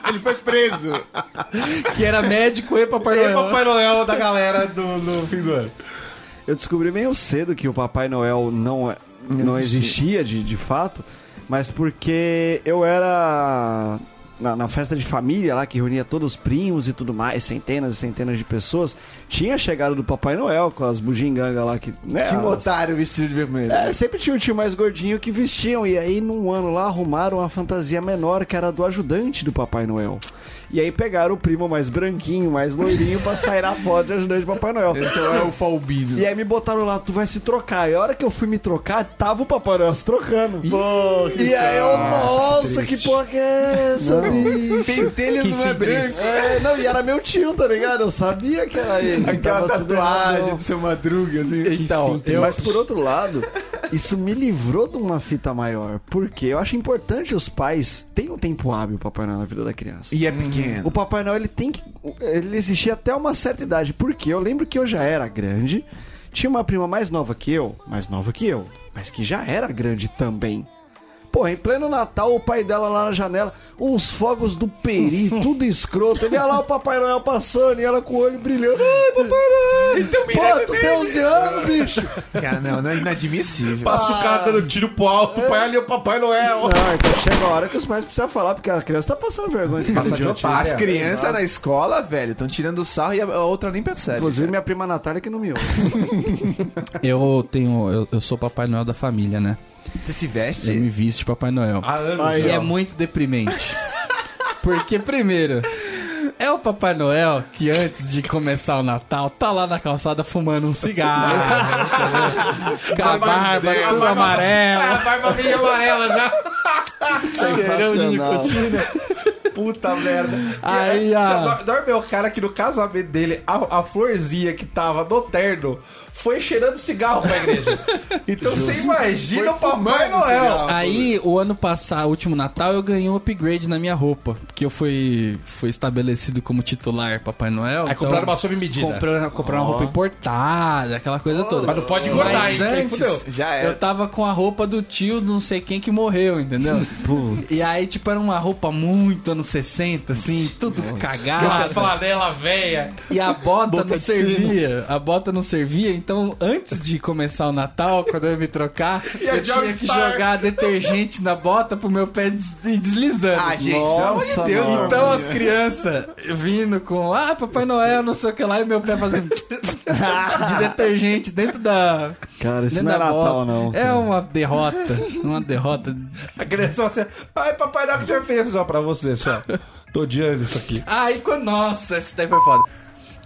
B: Ele foi preso. é
A: Que era médico e Papai
F: E
A: Noel.
F: Papai Noel da galera do, do fim do ano.
E: Eu descobri meio cedo que o Papai Noel não, é- não existia de, de fato, mas porque eu era na, na festa de família lá, que reunia todos os primos e tudo mais, centenas e centenas de pessoas, tinha chegado do Papai Noel com as bugigangas lá que. Né,
B: Tinha um
E: elas-
B: otário vestido de vermelho.
E: É, sempre tinha o tio mais gordinho que vestiam. E aí, num ano lá, arrumaram uma fantasia menor que era do ajudante do Papai Noel. E aí pegaram o primo mais branquinho, mais loirinho, pra sair na foto de ajudante do Papai Noel.
B: Esse é o Falbino.
E: E aí me botaram lá, tu vai se trocar. E a hora que eu fui me trocar, tava o Papai Noel se trocando. Pô, que e aí eu, nossa, que, porra que é essa, bicho?
B: Pentelho não é branco.
E: É, não, e era meu tio, tá ligado? Eu sabia que era ele. que
B: Aquela
E: tava tudo errado.
B: tatuagem do seu madruga, assim.
A: Então, eu,
E: Mas por outro lado, Isso me livrou de uma fita maior, porque eu acho importante os pais têm um tempo hábil, Papai Noel, na vida da criança.
B: E é
E: O
B: pequeno.
E: Papai Noel, ele tem que. Ele existia até uma certa idade, porque eu lembro que eu já era grande, tinha uma prima mais nova que eu, mais nova que eu, mas que já era grande também. Pô, em pleno Natal, o pai dela lá na janela, uns fogos do Peri, tudo escroto. Ele ia lá, o Papai Noel passando e ela com o olho brilhando. Ai,
B: Hum.
E: Papai Noel!
B: Então
E: Pô, tu tem 11 anos, bicho!
B: Cara, não, não é inadmissível.
F: Passa o cara dando tiro pro alto, o pai ali é o Papai Noel.
E: Não, então chega a hora que os pais precisam falar, porque a criança tá passando vergonha de
F: Passa
E: passar
F: de
E: de
F: otário.
B: As
F: é,
E: né?
B: crianças
F: exato.
B: na escola, velho, estão tirando sarro e a a outra nem percebe.
E: Inclusive, minha prima Natália que não me ouve.
A: Eu tenho. Eu, eu sou Papai Noel da família, né?
B: Você se
A: Eu me
B: veste?
A: visto de Papai Noel.
F: Há anos.
A: E
F: já.
A: é muito deprimente. Porque, primeiro, é o Papai Noel que antes de começar o Natal tá lá na calçada fumando um cigarro.
F: Ah, é,
A: entendeu? com a barba tudo amarela.
F: barba meio amarela já.
D: Sensacional.
F: Puta merda.
A: Aí,
F: E, é,
A: ah.
F: só dor- Dorme é o cara que no casamento dele, a, a florzinha que tava no terno foi cheirando cigarro pra igreja. Então você imagina o Papai
B: fumando
F: Noel.
B: cigarro.
A: Aí, o ano passado, o último Natal, eu ganhei um upgrade na minha roupa. Porque eu fui, fui estabelecido como titular Papai Noel.
F: Aí
A: então-
F: compraram uma sob medida.
A: Comprando, comprar uma roupa importada, aquela coisa toda.
F: Mas não pode engordar,
A: Mas
F: hein? Quem
A: antes,
F: fudeu?
B: Já
A: eu
B: é.
A: tava com a roupa do tio de não sei quem que morreu, entendeu? e aí, tipo, era uma roupa muito anos 60, assim, tudo
F: Ah,
A: cagado.
F: flanela véia.
A: E a bota, não
D: de
A: servia. A bota não servia, então antes de começar o Natal, quando eu ia me trocar,
F: a
A: eu tinha que
F: Joystar.
A: jogar detergente na bota pro meu pé des- ir deslizando.
B: Ah, gente, pelo amor de
D: Nossa,
B: Deus,
D: mano.
B: então.
A: Então as crianças vindo com ah, Papai Noel, não sei o que lá, e meu pé fazendo de detergente dentro da.
D: Cara, isso
A: dentro
D: não é
A: da
D: Natal,
A: bola.
D: não.
A: É uma derrota. Uma derrota.
F: A criança assim, ai papai Noel que já fez só pra você, só. Tô odiando isso aqui.
A: Aí quando. Ah, Nossa, esse daí foi foda.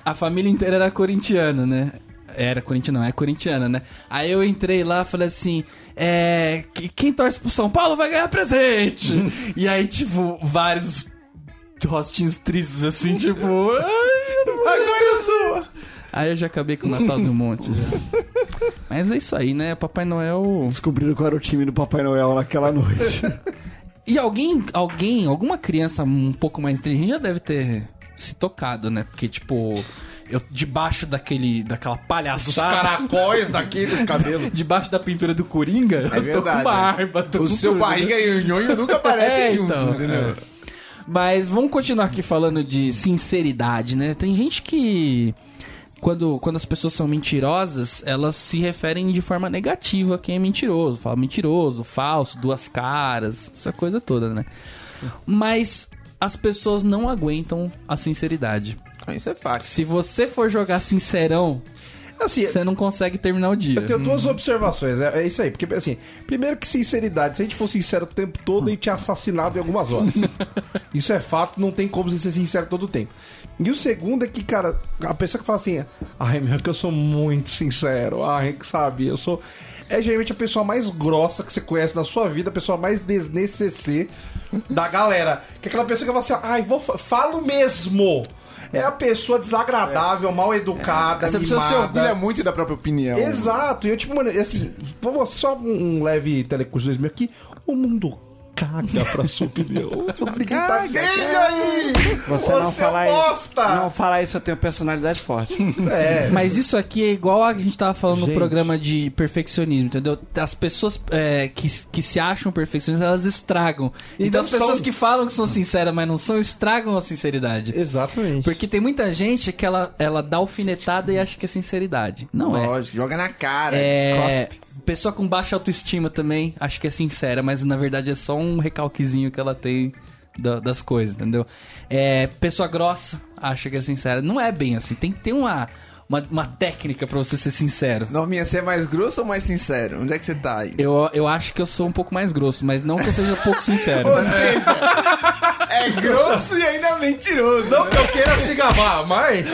A: A família inteira era corintiana, né? Era corintiana, não, é corintiana, né? Aí eu entrei lá falei assim: é. que- Quem torce pro São Paulo vai ganhar presente! e aí, tipo, vários rostinhos tristes assim, tipo. "Ai, eu não
F: Agora eu sou.
A: Aí eu já acabei com o Natal do Monte. já. Mas é isso aí, né? Papai Noel.
E: Descobriram qual era o time do Papai Noel naquela noite.
A: E alguém, alguém, alguma criança um pouco mais inteligente já deve ter se tocado, né? Porque, tipo, eu debaixo daquele, daquela
F: Os
A: palhaçada.
F: caracóis daqueles cabelos.
A: Debaixo da pintura do Coringa, eu tô
B: É verdade,
A: com barba, tô
B: O
A: com
B: seu
A: tudo. né?
B: barriga e o nhonho nunca
A: É,
B: aparecem juntos,
A: então,
B: entendeu?
A: Mas vamos continuar aqui falando de sinceridade, né? Tem gente que. Quando, quando as pessoas são mentirosas, elas se referem de forma negativa a quem é mentiroso. Fala mentiroso, falso, duas caras, essa coisa toda, né? Mas as pessoas não aguentam a sinceridade.
B: Ah, Isso é fácil.
A: Se você for jogar sincerão,
F: Assim,
A: você não consegue terminar o dia.
F: Eu tenho duas
B: Uhum.
F: observações, é, é isso aí. Porque, assim, primeiro que sinceridade, se a gente for sincero o tempo todo, a gente é assassinado em algumas horas. isso é fato, não tem como você ser sincero todo o tempo. E o segundo é que, cara, a pessoa que fala assim, ai meu, que eu sou muito sincero, ai, que sabe, eu sou. É geralmente a pessoa mais grossa que você conhece na sua vida, a pessoa mais desnecessê da galera. Que é aquela pessoa que fala assim, ai, vou, fa- falo mesmo. É a pessoa desagradável, mal educada,
B: É. Essa pessoa se
F: mimada.
B: orgulha é muito da própria opinião.
F: Exato, e eu, tipo, mano, e assim, vamos só um, um leve telecurso 2000 aqui. O mundo caga pra sua opinião. Ninguém tá nem aí!
E: Você não falar
F: bosta!
E: isso. Não falar isso, eu tenho personalidade forte.
F: É,
A: Mas isso aqui é igual a que a gente tava falando no
F: Gente.
A: programa de perfeccionismo, entendeu? As pessoas é, que, que se acham perfeccionistas, elas estragam.
F: E
A: então
F: não
A: as pessoas
F: são.
A: que falam que são sinceras, mas não são, estragam a sinceridade.
F: exatamente.
A: Porque tem muita gente que ela, ela dá alfinetada e acha que é sinceridade. Não é.
B: Lógico, joga na cara.
A: É,
B: cospe.
A: pessoa com baixa autoestima também acha que é sincera, mas na verdade é só um recalquezinho que ela tem da- das coisas, entendeu? É, pessoa grossa acha que é sincera. Não é bem assim, tem que ter uma, uma, uma técnica pra você ser sincero.
B: Norminha, você é mais grosso ou mais sincero? Onde é que você tá aí?
A: Eu, eu acho que eu sou um pouco mais grosso, mas não que eu seja pouco sincero.
B: Ou seja, é grosso e ainda mentiroso. né?
F: Não que eu queira se gabar, mas.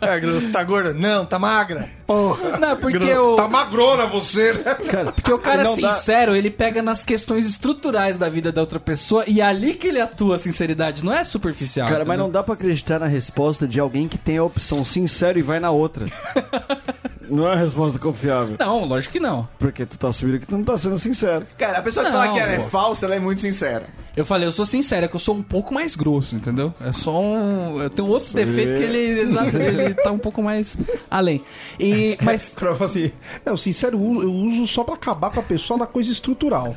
D: É, grosso, tá gorda? Não, tá magra. Porra.
A: Não, é porque
D: Grosso.
A: o,
F: Tá magrona você, né?
A: porque o cara é
D: Não dá.
A: sincero, ele pega nas questões estruturais da vida da outra pessoa e é ali que ele atua a sinceridade, não é superficial.
E: Cara, mas
A: entendeu?
E: não dá pra acreditar na resposta de alguém que tem a opção sincero e vai na outra. Não é uma resposta confiável.
A: Não, lógico que não.
E: Porque tu tá assumindo que tu não tá sendo sincero.
B: Cara, a pessoa que
A: Não,
B: fala que ela
A: pô.
B: é falsa, ela é muito sincera.
A: Eu falei, eu sou sincero, é que eu sou um pouco mais grosso, entendeu? É só um. Eu tenho outro defeito que ele, exato, ele tá um pouco mais além. E, mas.
F: O cara fala assim, não, sincero, eu uso- eu uso só pra acabar com a pessoa na coisa estrutural.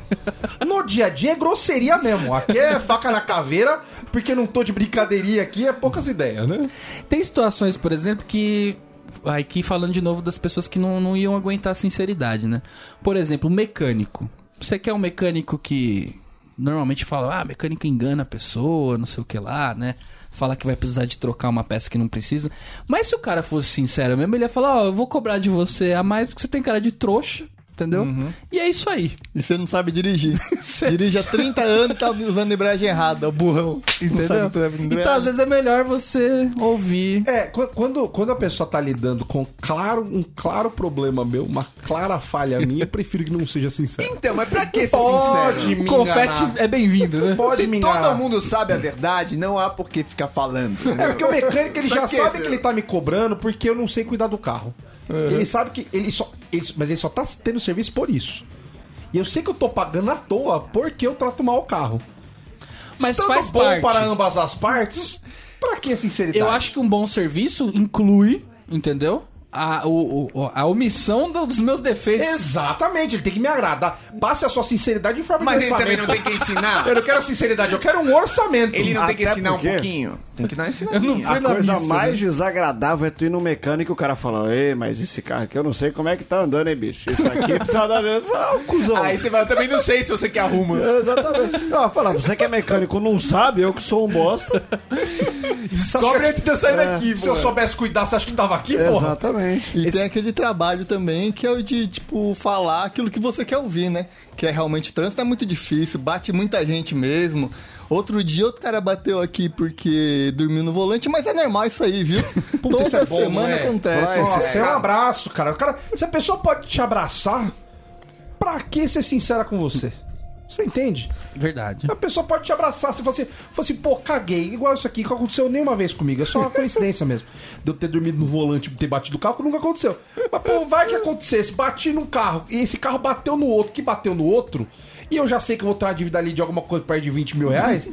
F: No dia a dia é grosseria mesmo. Aqui é faca na caveira, porque não tô de brincadeirinha aqui, é poucas ideias, né?
A: Tem situações, por exemplo, que. Aqui falando de novo das pessoas que não, não iam aguentar a sinceridade, né? Por exemplo, mecânico. Você quer um mecânico que normalmente fala, ah, mecânico engana a pessoa, não sei o que lá, né? Fala que vai precisar de trocar uma peça que não precisa. Mas se o cara fosse sincero mesmo, ele ia falar, ó, eu vou cobrar de você a mais porque você tem cara de trouxa, entendeu?
F: Uhum.
A: E é isso aí.
D: E você não sabe dirigir.
A: Cê-
D: Dirige há 30 anos e tá usando embreagem errada, o burrão.
A: Entendeu?
D: Não sabe embreagem.
A: Então, às vezes é melhor você ouvir.
F: tá né? É, qu- quando, quando a pessoa tá lidando com claro, um claro problema meu, uma clara falha minha, eu prefiro que não seja sincero.
B: Então, mas pra que ser
F: Pode
B: sincero?
F: me
A: Confete
F: enganar.
A: é bem-vindo, né?
F: Pode
B: Se
F: me
B: todo
F: enganar.
B: mundo sabe a verdade, não há por que ficar falando.
F: É porque o mecânico ele já
B: Pra quê,
F: sabe
B: seu? É.
F: que ele tá me cobrando porque eu não sei cuidar do carro. Ele sabe que ele só, ele- mas ele só tá tendo serviço por isso. E eu sei que eu tô pagando à toa porque eu trato mal o carro.
A: Mas
F: Estando
A: faz
F: bom
A: parte.
F: para ambas as partes. Pra que a sinceridade?
A: Eu acho que um bom serviço inclui, entendeu? A, o- o- a omissão do- dos meus defeitos.
F: Exatamente, ele tem que me agradar. Passe a sua sinceridade de forma
B: Mas
F: de
B: ele também não
F: orçamento.
B: tem que ensinar.
F: Eu não quero sinceridade, eu quero um orçamento.
B: Ele não tem que
E: Até
B: ensinar
E: porque-
B: um pouquinho. Tem que dar uma
A: Eu não
B: ensinadinha.
A: fui
E: A
A: na
E: coisa
A: missa,
E: mais
A: né?
E: desagradável é tu ir no mecânico e o cara fala, ei, mas esse carro aqui eu não sei como é que tá andando, hein, bicho? Isso aqui precisa andar. Eu falo, ah, ô, cuzão.
B: Aí você vai, eu também não sei se você que arruma.
E: Exatamente. Não, fala, você que é mecânico não sabe, eu que sou um bosta.
B: Cobre antes de É, eu sair daqui,
F: Ah, Se eu
B: pô.
F: soubesse cuidar, você acha que tava aqui, porra?
E: Exatamente.
D: E tem aquele trabalho também que é o de, tipo, falar aquilo que você quer ouvir, né? Que é realmente trânsito é muito difícil, bate muita gente mesmo. Outro dia outro cara bateu aqui porque dormiu no volante, mas é normal isso aí, viu? Toda
F: isso é bom,
D: semana
F: não
A: né?
F: é?
D: acontece.
F: Nossa, é um abraço, cara. O cara. Se a pessoa pode te abraçar, pra que ser sincera com você? Você entende?
A: Verdade.
F: A pessoa pode te abraçar. Você fala assim, fala assim, pô, caguei. Igual isso aqui que aconteceu nenhuma vez comigo. É só uma coincidência mesmo. De eu ter dormido no volante, ter batido o carro, que nunca aconteceu. Mas, pô, vai que acontecesse. Bati num carro e esse carro bateu no outro, que bateu no outro. E eu já sei que eu vou ter uma dívida ali de alguma coisa perto de 20 mil reais.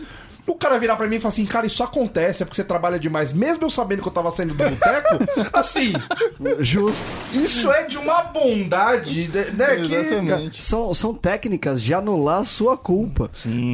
F: O cara virar pra mim e falar assim, cara, isso acontece, é porque você trabalha demais. Mesmo eu sabendo que eu tava saindo do boteco, assim,
E: Então, é Justo.
F: isso é de uma bondade, né? Que...
D: Exatamente.
E: São, são técnicas de anular sua culpa.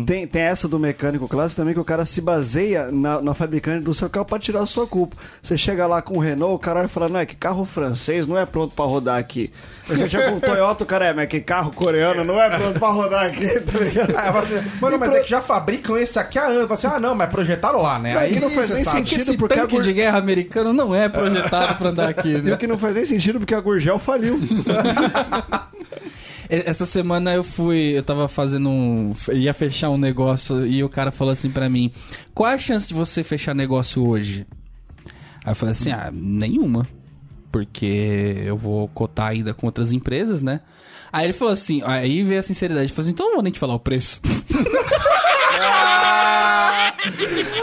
E: Tem, tem essa do mecânico clássico também, que o cara se baseia na, na fabricante do seu carro pra tirar a sua culpa. Você chega lá com o Renault, o cara vai falar, não, é que carro francês não é pronto pra rodar aqui. Aí Você chega com o Toyota, o cara é, mas que carro coreano não é pronto pra rodar aqui, tá ligado?
F: Ah, você, mano, mas é que já fabricam esse aqui há anos. Você, ah, não, mas projetaram lá, né? Aí
E: que não faz
F: você
E: nem
F: sabe.
A: Porque
E: sentido,
A: esse
E: porque a
A: tanque
E: gur-
A: de guerra americano não é projetado pra andar aqui,
E: E
A: né?
E: o que não faz nem sentido, porque a Gurgel faliu.
A: E- Essa semana eu fui, eu tava fazendo um. ia fechar um negócio e o cara falou assim pra mim: Qual é a chance de você fechar negócio hoje? Aí eu falei assim: Ah, nenhuma. Porque eu vou cotar ainda com outras empresas, né? Aí ele falou assim: Aí veio a sinceridade. Ele falou assim: Então eu não vou nem te falar o preço.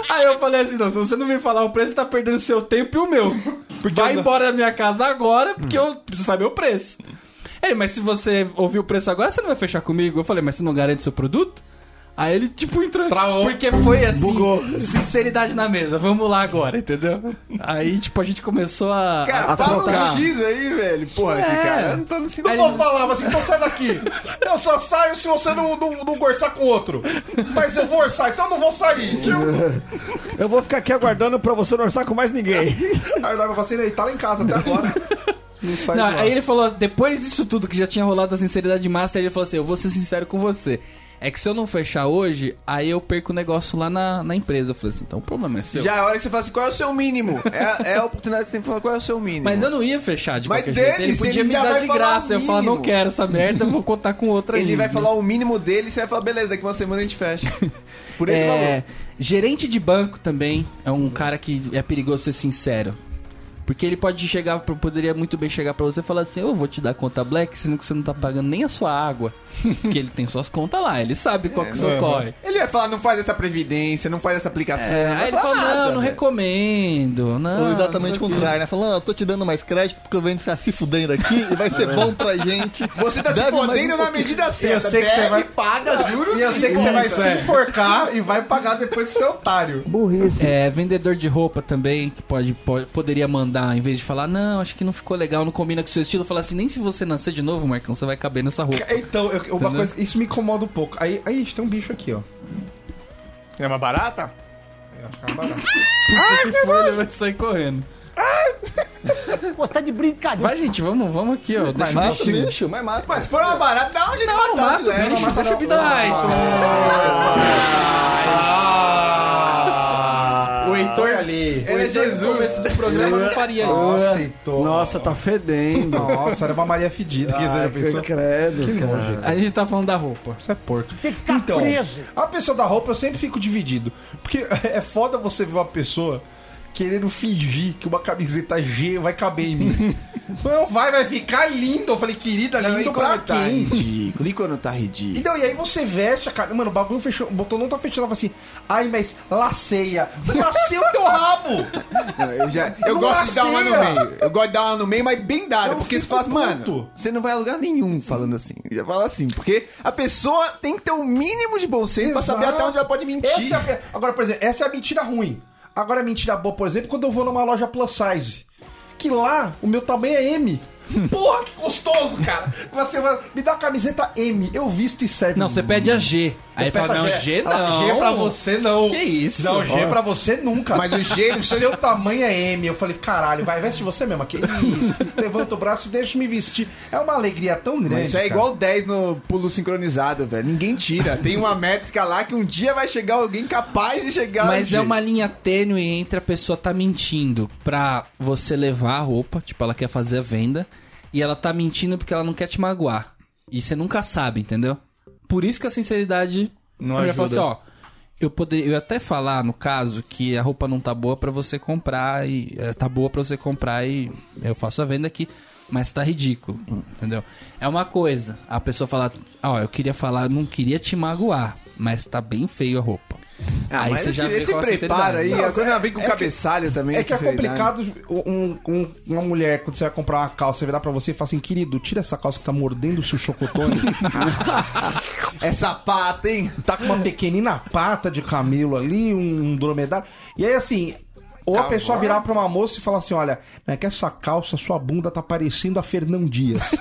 A: Aí eu falei assim: Não, se você não me falar o preço, você tá perdendo seu tempo e o meu. Vai embora da minha casa agora, porque eu preciso saber o preço. Ele, mas se você ouvir o preço agora, você não vai fechar comigo? Eu falei, mas você não garante seu produto? Aí ele, tipo, entrou.
F: Travou.
A: Porque foi assim.
E: Bugou.
A: Sinceridade na mesa, vamos lá agora, entendeu? Aí, tipo, a gente começou a.
B: Cara,
E: A
B: fala
E: trocar.
B: um X aí, velho. Porra, esse
A: É.
B: cara não tá no
F: Eu
B: sinal.
F: não vou falar, mas então sai daqui. Eu só saio se você não, não, não orçar com outro. Mas eu vou orçar, então eu não vou sair. Tio.
E: Eu vou ficar aqui aguardando pra você não orçar com mais ninguém.
F: Aí o Norman fala assim, ele tá lá em casa até agora. Não sai
A: Não,
F: de lá.
A: aí ele falou, depois disso tudo que já tinha rolado a sinceridade master, ele falou assim: Eu vou ser sincero com você. É que se eu não fechar hoje, aí eu perco o negócio lá na, na empresa. Eu falei assim: então o problema é seu.
B: Já é a hora que você fala assim, qual é o seu mínimo? É, é a oportunidade que você tem pra falar qual é o seu mínimo.
A: Mas eu não ia fechar de
B: Mas
A: qualquer jeito. Ele
B: dane-se,
A: podia
B: ele
A: me
B: já
A: dar
B: vai
A: de
B: falar
A: graça. Eu
B: o
A: falar, não
B: mínimo.
A: quero essa merda, eu vou contar com outra
B: Ele
A: ainda.
B: vai falar o mínimo dele, você vai falar, beleza, daqui uma semana a gente fecha. Por esse
A: É,
B: valor.
A: gerente de banco também é um cara que é perigoso ser sincero. Porque ele pode chegar, pro- poderia muito bem chegar pra você e falar assim: Eu vou te dar conta black, sendo que você não tá pagando nem a sua água. Porque ele tem suas contas lá, ele sabe qual que socorre.
B: Ele ia falar, É, não faz essa previdência, não faz essa aplicação.
A: É, aí ele fala: Não, não
B: velho."
A: recomendo. Não,
D: Ou exatamente o
A: Ah, não sei quê."
D: contrário, né? Falando, "Ah, eu tô te dando mais crédito porque eu venho ficar se fudendo aqui e
A: É
D: vai ser bom pra gente.
B: Você tá se
D: Deve mais
B: fodendo
D: um
B: na
D: pouquinho.
B: medida certa.
F: sei que você
B: Deve,
F: vai-
B: paga juros
F: E eu sei que você vai
B: Isso,
F: se
B: é.
F: enforcar e vai pagar depois seu otário.
A: É, vendedor de roupa também, que pode, pode- poderia mandar, em vez de falar, não, acho que não ficou legal, não combina com o seu estilo, falar assim, nem se você nascer de novo, Marcão, você vai caber nessa roupa.
F: Então, eu- uma
A: Entendeu?
F: coisa, isso me incomoda um pouco. Aí, aí tem um bicho aqui, ó.
D: É uma barata?
F: Eu acho que é uma barata.
A: se for, ele vai sair correndo.
J: Você tá de brincadeira.
A: Vai, gente, vamos, vamos aqui, ó. Deixa eu
D: Mata o
A: mexer.
D: bicho, mas mata.
B: Mas se for uma barata, dá onde
A: Não, não
B: matar,
A: mata o bicho,
B: né?
A: Ah,
B: Não
A: deixa
B: mata,
A: eu dar.
F: o Heitor ali.
B: Era Jesus.
A: começo do programa eu não faria isso.
F: Heitor.
E: Nossa, tá fedendo.
F: Nossa, era uma Maria Fedida. que
E: Ai,
F: seja a pessoa.
E: credo, cara.
A: A gente tá falando da roupa.
F: Isso é porco.
J: Tem que ficar
F: Então,
J: preso.
F: a pessoa da roupa eu sempre fico dividido. Porque é foda você ver uma pessoa querendo fingir que uma camiseta G vai caber em mim. Não vai, vai ficar lindo. Eu falei, querida,
B: Não,
F: lindo
B: e
F: pra
B: quando tá
F: quem?
B: ridículo? E quando tá ridículo?
F: Então, e aí você veste a cara. Mano, o bagulho fechou. O botão não tá fechando. Ela fala assim, ai, mas laceia. Laceia o teu rabo!
B: Não, Eu, já, eu
F: Não
B: gosto de dar uma no
F: laceia.
B: meio. Eu gosto de dar uma no meio, mas bem dada.
F: Eu
B: porque você fala,
F: fico
B: assim,
F: puto.
B: mano, você não vai a lugar nenhum falando assim. Já fala assim, porque a pessoa tem que ter o mínimo de bom senso pra saber
F: Exato.
B: até onde ela pode mentir.
F: Essa é a- Agora, por exemplo, essa é a mentira ruim. Agora, a mentira boa, por exemplo, quando eu vou numa loja plus size. Que lá, o meu tamanho é M. Porra, que gostoso, cara. Você vai- me dá a camiseta M, eu visto e serve.
A: Não, você pede a G.
F: Eu
A: Aí ele
F: peço
A: fala,
F: a
A: não,
F: G.
A: G
F: Ela,
A: não.
F: G pra você não.
A: Que isso?
F: Não, G pra você nunca.
B: Mas o G, ele-
F: O seu tamanho é M. Eu falei, caralho, vai, veste você mesmo. Que isso? Levanta o braço e deixa me vestir. É uma alegria tão grande.
B: Mas isso é
F: cara.
B: igual 10 no pulo sincronizado, velho. Ninguém tira. Tem uma métrica lá que um dia vai chegar alguém capaz de chegar.
A: Mas
B: onde-
A: é uma linha tênue entre a pessoa tá mentindo pra você levar a roupa, tipo, ela quer fazer a venda, e ela tá mentindo porque ela não quer te magoar. E você nunca sabe, entendeu? Por isso que a sinceridade.
D: Não
A: eu ia falar
D: ajuda.
A: assim, ó. Eu, poder, eu ia até falar, no caso, que a roupa não tá boa pra você comprar e. eh, Tá boa pra você comprar e eu faço a venda aqui. Mas tá ridículo, entendeu? É uma coisa, a pessoa falar, ó, eu queria falar, não queria te magoar, mas tá bem feio a roupa.
D: É,
B: Ah, mas
A: você já
B: esse,
A: vê
B: esse
A: qual a
B: preparo
A: sinceridade.
B: aí,
F: Não,
B: quando ela vem com
F: é que-
B: cabeçalho também.
F: É que é
B: sinceridade.
F: complicado um- um- uma mulher, quando você vai comprar uma calça, virar pra você e falar assim, querido, tira essa calça que tá mordendo o seu chocotone.
B: É sapato, hein?
F: tá com uma pequenina pata de camelo ali, um dromedário. E aí, assim, ou a pessoa virar pra uma moça e falar assim, olha, não é que essa calça, sua bunda tá parecendo a Fernão Dias.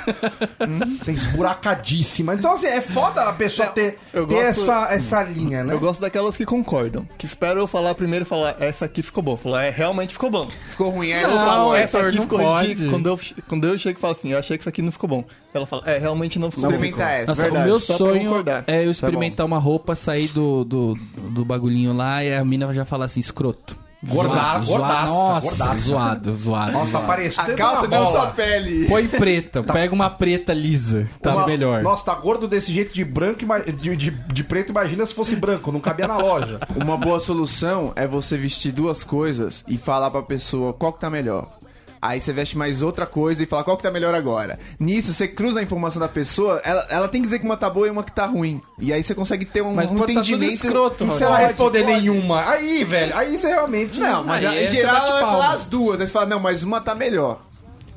F: Hum, tá esburacadíssima. Então, assim, é foda a pessoa ter,
D: eu
F: ter
D: gosto-
F: essa, essa linha, né?
D: Eu gosto daquelas que concordam. Que esperam eu falar primeiro e falar, essa aqui ficou bom. Falar, é, realmente ficou bom.
B: Ficou ruim, é.
D: Ela fala, essa
A: Heitor,
D: aqui
A: não
D: ficou
A: pode.
D: ridículo. Quando eu, quando eu chego e falo assim, eu achei que isso aqui não ficou bom. Ela fala, é, realmente não ficou bom.
B: Experimenta tá? É essa.
A: Nossa,
D: Verdade,
A: o meu
D: só pra
A: sonho
D: concordar.
B: Tá
A: é eu experimentar uma roupa, sair do, do, do bagulhinho lá e a mina já falar assim, escroto.
F: Gorda-
A: Zoado, zoado.
F: gordaça,
A: Nossa,
F: gordaça.
A: zoado, zoado.
F: Nossa,
A: zoado.
F: tá parecendo
B: A calça
F: uma
B: deu
F: bola.
B: sua pele.
A: Põe preta, pega uma preta lisa, tá
F: Uma-
A: melhor.
F: Nossa, tá gordo desse jeito de branco, ima- de, de, de preto, imagina se fosse branco, não cabia na loja.
B: Uma boa solução é você vestir duas coisas e falar pra pessoa qual que tá melhor. Aí você veste mais outra coisa e fala qual que tá melhor agora. Nisso, você cruza a informação da pessoa, ela, ela tem que dizer que uma tá boa e uma que tá ruim. E aí você consegue ter um,
A: Mas
B: um
A: pode tá tudo
B: entendimento.
A: escroto,
F: E se ela responder nenhuma? Aí, velho, aí você realmente.
B: Não, mas
A: Aí é
B: em
A: você
B: geral
A: bate
B: ela vai
A: palma.
B: falar as duas. Aí você fala, não, mas uma tá melhor.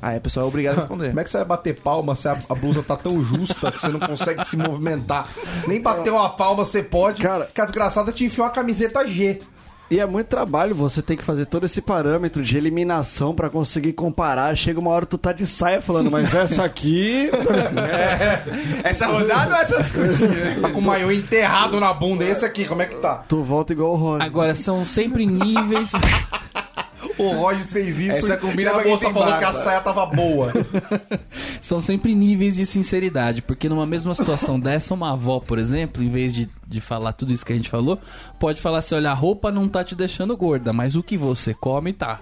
B: Aí a pessoa é obrigada a responder.
F: Como é que você vai bater palma se a, a blusa tá tão justa que você não consegue se movimentar? Nem bater uma palma você pode,
E: Cara-
F: que a desgraçada te enfiou uma camiseta G.
E: E é muito trabalho você ter que fazer todo esse parâmetro de eliminação pra conseguir comparar. Chega uma hora tu tá de saia falando, mas essa aqui.
B: Essa rodada ou essas coisas?
F: Tá com o maiô enterrado na bunda. Esse aqui, como é que tá?
E: tu volta igual o Rony.
A: Agora, são sempre níveis.
F: O Rogers fez isso
B: Essa
F: e
B: combina
F: a
B: pra quem
F: moça
B: tem
F: falou que a
B: barba.
F: saia tava boa.
A: São sempre níveis de sinceridade, porque numa mesma situação dessa, uma avó, por exemplo, em vez de, de falar tudo isso que a gente falou, pode falar assim: olha, a roupa não tá te deixando gorda, mas o que você come tá.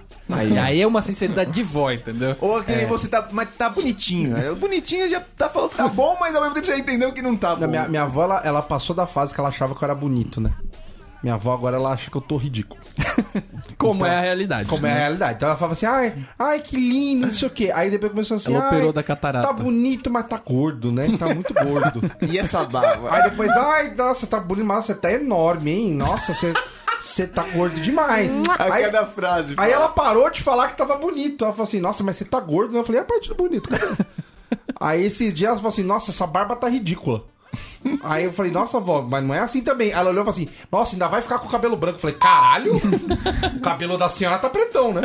A: e aí é uma sinceridade de vó, entendeu?
B: Ou aquele você tá, mas tá bonitinho. É, Bonitinho já tá falando que tá bom, mas ao mesmo tempo você já entendeu que não tá bom.
F: minha, minha avó, ela, ela passou da fase que ela achava que eu era bonito, né?
K: Minha avó agora ela acha que eu tô ridículo. Né?
A: Como é a realidade.
F: então, Como é a realidade. Então ela falava assim, ai, ai, que lindo, não sei o quê. Aí depois começou assim,
A: Ela operou
F: ai,
A: da catarata.
F: Tá bonito, mas tá gordo, né? Tá muito gordo.
B: E essa barba?
F: Aí depois, ai, nossa, tá bonito, mas você tá enorme, hein? Nossa, você... Você tá gordo demais.
B: Aí,
F: Aí,
K: é
B: cada frase. fala.
F: aí ela parou de falar que tava bonito. Ela falou assim, nossa, mas você tá gordo. né? Eu falei, é a parte do bonito. cara. aí esses dias ela falou assim, nossa, essa barba tá ridícula. Aí eu falei, nossa, vó, mas não é assim também. Ela olhou e falou assim, nossa, ainda vai ficar com o cabelo branco. Eu falei, caralho, o cabelo da senhora tá pretão, né?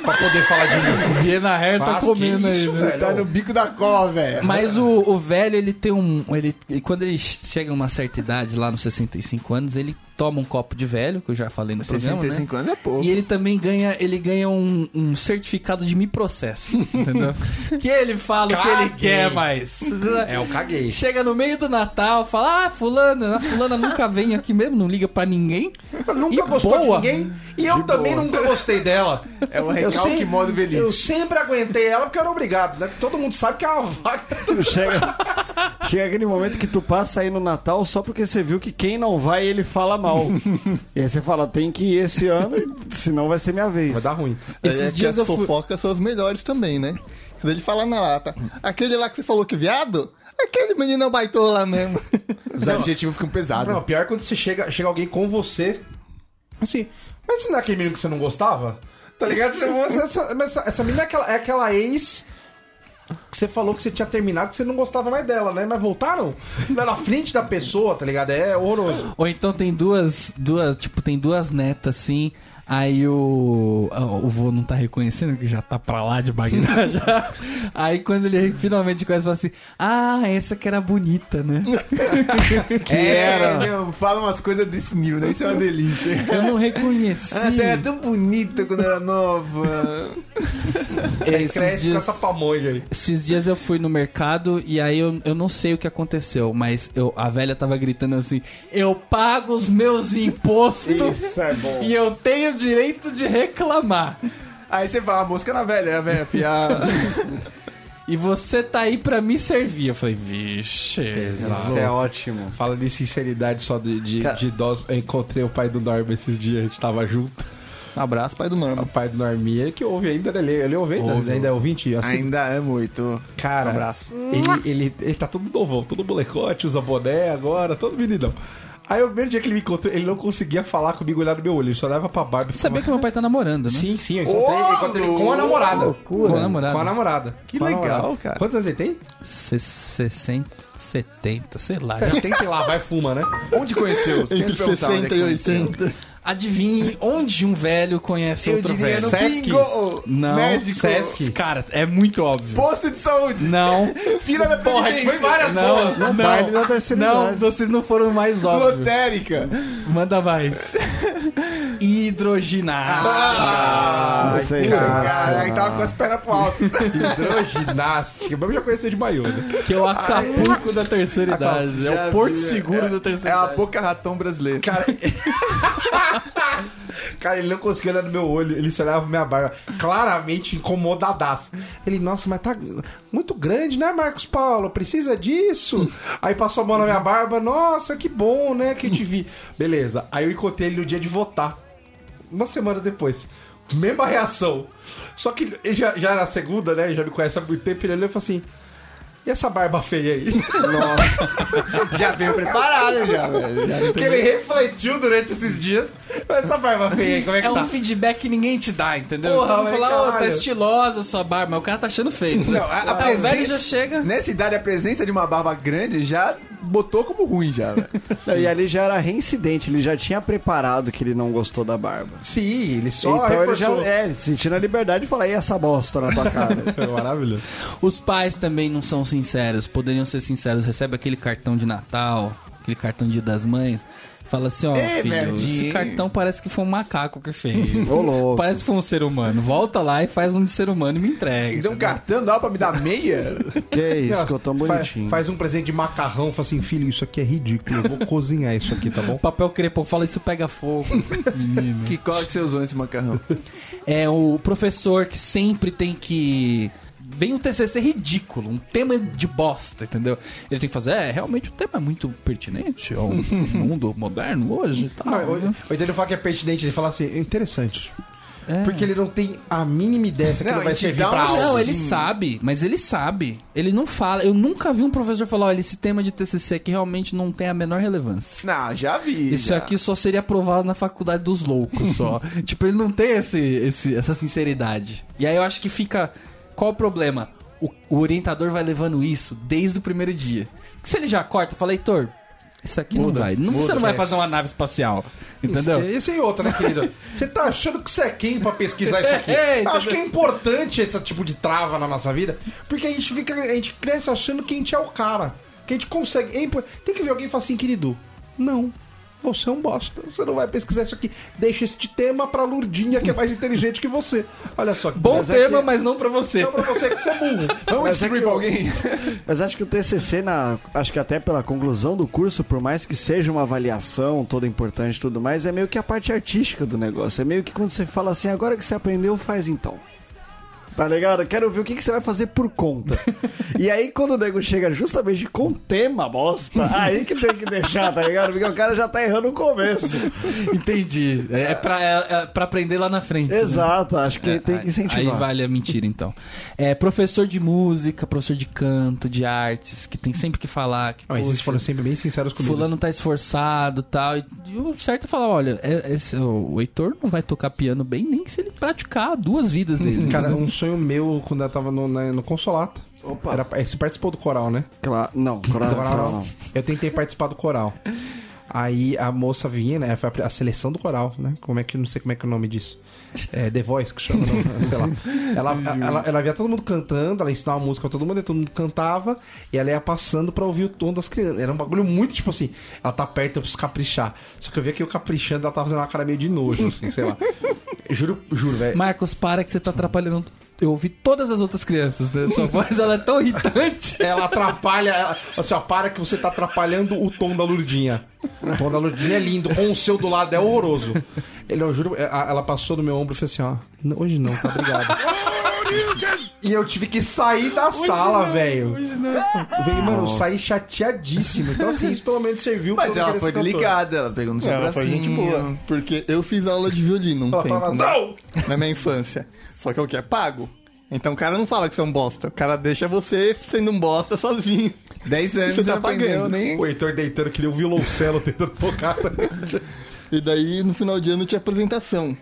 F: pra poder falar de mim.
A: Viena Hair tá
F: Mas
A: comendo
F: que
A: aí,
F: isso,
A: né?
B: Tá no bico da cova, velho.
A: Mas o, o velho, ele tem um. Ele, quando ele chega a uma certa idade, lá nos 65 anos, ele toma um copo de velho, que eu já falei no programa, né?
B: 65 anos é pouco.
A: E ele também ganha, ele ganha um, um certificado de me processo, entendeu? que ele fala o que ele
F: Caguei.
A: quer, mas
F: É, eu caguei.
A: chega no meio do Natal, fala: "Ah, fulana, a fulana nunca vem aqui mesmo, não liga pra ninguém".
F: Ela nunca gostou
A: boa.
F: de ninguém e eu também nunca gostei dela.
B: É o
F: Eu,
B: recalque
F: sem-
B: modo velhice.
F: eu sempre aguentei ela porque eu era obrigado, né? Todo mundo sabe que é uma vaca.
E: Chega, chega aquele momento que tu passa aí no Natal só porque você viu que quem não vai, ele fala mal. e aí você fala, tem que ir esse ano, e senão vai ser minha vez.
F: ruim.
D: Esses
A: Esses
D: é
A: dias
D: que
A: eu
D: as
A: fui-
D: fofocas são as melhores também, né? Quando ele fala na lata, aquele lá que você falou que viado, aquele menino baitou lá mesmo.
B: Os adjetivos ficam
K: Ah,
B: pesados.
F: Não, pior é quando você chega, chega alguém com você. Assim, mas você não é aquele menino que você não gostava? Tá ligado? Chamou você- Essa, mas essa, essa menina é aquela, é aquela ex que você falou que você tinha terminado, que você não gostava mais dela, né? Mas voltaram na frente da pessoa, tá ligado? É horroroso.
A: Ou então tem duas, duas, tipo, tem duas netas assim. Aí o, o vô não tá reconhecendo que já tá pra lá de Bagdá já. Aí quando ele finalmente conhece, fala assim: "Ah, essa que era bonita, né?"
B: Que era. Não, é, fala umas coisas desse nível, né? Isso é uma delícia.
A: Eu não reconheci.
B: Ah, você
F: é
B: era tão bonita quando era nova.
A: Esses
F: Cresce com
A: dias,
F: essa pamonha aí.
A: esses dias eu fui no mercado e aí eu, eu não sei o que aconteceu, mas eu, a velha tava gritando assim: Eu pago os meus impostos
E: é bom.
A: e eu tenho direito de reclamar.
B: Aí você fala, a mosca na velha, é a velha fiada.
A: E você tá aí pra me servir. Eu falei, vixe.
E: Isso é ótimo.
K: Fala de sinceridade só de, de, de idosos. Eu encontrei o pai do Norma esses dias, a gente tava junto.
D: Abraço, pai do
K: O
D: Norma.
K: pai do Norminha ele que ouve ainda, né? ele, ele ouve ainda,
A: Ouve.
K: ainda é ouvinte. Assim,
B: Ainda é muito.
K: cara,
D: Abraço.
K: Ele, ele, ele tá todo novão, todo molecote, usa boné agora, todo meninão. Aí o primeiro dia que ele me encontrou, ele não conseguia falar comigo, olhar no meu olho, ele só olhava pra barba. e
A: Sabia
K: falava,
A: que meu pai tá namorando, né?
K: Sim, sim, eu encontrei, eu encontrei ele com a namorada.
A: Com a namorada.
K: Com a namorada.
B: Que
K: Com a
B: legal,
K: namorada.
B: cara.
K: Quantos anos ele tem?
A: 60, 70, sei lá.
K: Já tem que ir lá, vai fuma, né?
B: Onde conheceu? Quero
D: Entre
B: te perguntar onde é
D: 60
B: que
D: e
B: conheceu.
D: 80.
A: Adivinhe onde um velho conhece
B: Eu
A: outro
B: diria
A: velho.
B: no
K: Sesc.
B: bingo.
A: Não,
B: Médico.
A: Sesc. Cara, é muito óbvio.
B: Posto de saúde.
A: Não,
B: Fila da
K: Porra, a gente foi
B: Previdência.
K: várias
A: não, não,
E: baile da terceira
A: não,
E: idade.
A: vocês não foram
B: é
A: mais óbvios.
B: Lotérica.
A: Manda mais. Hidroginástica.
B: Ah. Ai,
E: Isso aí,
B: cara, aí tava com as pernas pro alto.
K: Hidroginástica. Mas eu já conheci de maiô, né?
A: que é o Acapulco da terceira idade. É
B: Ah. Já
A: o Porto
B: vi,
A: Seguro
B: é-
A: da terceira
B: É a
A: idade.
B: boca ratão brasileira.
F: Cara. Cara, ele não conseguia olhar no meu olho, ele só olhava pra minha barba, claramente incomodadaço. Ele, nossa, mas tá muito grande, né, Marcos Paulo? Precisa disso? Aí passou a mão na minha barba, nossa, que bom, né, que eu te vi. Beleza, aí eu encontrei ele no dia de votar, uma semana depois. Mesma reação. Só que ele já, já era a segunda, né, já me conhece há muito tempo, ele olhou e falou assim, e essa barba feia aí?
B: Já veio preparada, já, velho. Já
F: que ele refletiu durante esses dias. Essa barba feia aí, como é que
A: É
F: tá?
A: um feedback que ninguém te dá, entendeu?
F: Porra,
A: Todo mundo
F: mas
A: fala, ô, tá
F: caralho."
A: estilosa a sua barba, mas o cara tá achando feio.
B: Não, a- a
A: Ah, o velho
B: presença-
A: já chega.
B: Nessa idade, a presença de uma barba grande já botou como ruim, já, velho.
E: Não, E ali já era reincidente, ele já tinha preparado que ele não gostou da barba.
F: Sim, ele
E: então ele já é, sentindo a liberdade de falar, e essa bosta na tua cara?
K: Maravilhoso.
A: Os pais também não são sinceros, poderiam ser sinceros. Recebe aquele cartão de Natal, aquele cartão de Dia das mães. Fala assim, ó,
B: Ei,
A: filho,
B: merdinha,
A: esse
B: hein?
A: cartão parece que foi um macaco que fez.
E: Ô louco.
A: parece que foi um ser humano. Volta lá e faz um de ser humano e me
B: Me
A: entrega.
B: deu um cartão, dá pra me dar meia?
E: Que isso, que eu tô bonitinho.
F: Faz, um presente de macarrão, fala assim, filho, isso aqui é ridículo, eu vou cozinhar isso aqui, tá bom?
A: Papel crepom fala isso pega fogo, menino.
B: Que cola que você usou nesse macarrão?
A: É o professor que sempre tem que vem um TCC ridículo, um tema de bosta, entendeu? Ele tem que fazer, é, realmente o tema é muito pertinente ao mundo moderno hoje e tal.
F: Não, ou,
B: Uhum.
F: ou então ele fala que é pertinente, ele fala assim, é interessante. Porque ele não tem a mínima ideia se
B: Uhum.
F: aquilo
B: Não,
F: vai
B: e te
F: servir
B: dá
F: pra
B: um-
F: algo.
A: Não, ele sabe, mas ele sabe. Ele não fala. Eu nunca vi um professor falar, olha, esse tema de TCC aqui realmente não tem a menor relevância.
B: Não, já vi.
A: Isso
B: já.
A: aqui só seria aprovado na faculdade dos loucos só. tipo, ele não tem esse, esse- essa sinceridade. E aí eu acho que fica. Qual o problema? O, o orientador vai levando isso desde o primeiro dia. Que se ele já corta, fala, Heitor, isso aqui
D: Muda,
A: não vai. Não, você
D: muda,
A: não vai
D: é.
A: fazer uma nave espacial. Entendeu?
F: Isso, isso e outra, né, querido? Você tá achando que você é quem pra pesquisar isso aqui?
A: É,
F: Eu acho
A: entendeu?
F: que é importante esse tipo de trava na nossa vida, porque a gente fica, a gente cresce achando que a gente é o cara, que a gente consegue. é impor- Tem que ver alguém e falar assim, querido, não. Você é um bosta, você não vai pesquisar isso aqui. Deixa este tema pra Lurdinha, que é mais inteligente que você. Olha só. é que
A: Bom
F: beleza.
A: tema, mas não pra você.
F: Não pra você que você é burro.
B: Vamos
E: Mas é
B: distribuir
E: que eu-
B: pra alguém?
E: Mas acho que o TCC, na, acho que até pela conclusão do curso, por mais que seja uma avaliação toda importante e tudo mais, é meio que a parte artística do negócio. É meio que quando você fala assim, agora que você aprendeu, faz então. Tá ligado? Quero ver o que, que você vai fazer por conta. e aí, quando o nego chega justamente com tema bosta, aí que tem que deixar, tá ligado? Porque o cara já tá errando o começo.
A: Entendi. É, é, pra, é, é pra aprender lá na frente. né?
E: Exato, acho que tem que incentivar.
A: Aí vale a mentira, então. É, professor de música, professor de canto, de artes, que tem sempre que falar. Que,
F: Ah, Mas eles
A: "Poxa,
F: foram sempre bem sinceros comigo.
A: Fulano tá esforçado tal. E o certo é falar: olha, é- esse- o Heitor não vai tocar piano bem nem se ele praticar duas vidas dele.
F: Cara, um sonho meu quando eu tava no, na- no Consolato.
E: Opa.
F: Era, é, você participou do coral, né?
E: Claro, não,
F: Do
E: coral,
F: coral,
E: coral
F: não.
E: não.
F: Eu tentei participar do coral. Aí a moça vinha, né? Foi a, a seleção do coral, né? Como é que não sei como é que é o nome disso? É The Voice que chama, não, sei lá. Ela, ela, ela via todo mundo cantando, ela ensinava uma música pra todo mundo, e todo mundo cantava, e ela ia passando pra ouvir o tom das crianças. Era um bagulho muito tipo assim, ela tá perto, eu preciso caprichar. Só que eu via que eu caprichando, ela tava fazendo uma cara meio de nojo, assim, sei lá. Juro, juro, velho.
A: Marcos, para que você tá atrapalhando. Eu ouvi todas as outras crianças, né? Sua voz ela é tão irritante.
F: Ela atrapalha. Ela, assim, ó, para que você tá atrapalhando o tom da Lurdinha. O tom da Lurdinha é lindo, com o seu do lado é horroroso. Ele, eu juro, é, a- ela passou no meu ombro e fez assim: ó, "Não, hoje não, tá obrigado. E eu tive que sair da sala, velho. Veio, mano, eu saí chateadíssimo. Então, assim, isso pelo menos serviu
B: Mas
F: pra eu
B: ela
F: querer
B: foi
F: ser cantor.
B: delicada, ela pegou no seu
D: Ela foi
B: bracinho.
D: gente boa, porque eu fiz aula de violino um
F: Ela
D: tempo,
F: tava,
D: né?
F: não!
D: na minha infância. Só que é o que? É pago. Então o cara não fala que você é um bosta. O cara deixa você sendo um bosta sozinho.
B: 10 anos
D: Você
B: você
D: tá
B: não aprendeu
D: pagando.
B: nem.
F: O Heitor deitando que nem um violoncelo tentando tocar.
D: E daí, no final de ano, tinha apresentação.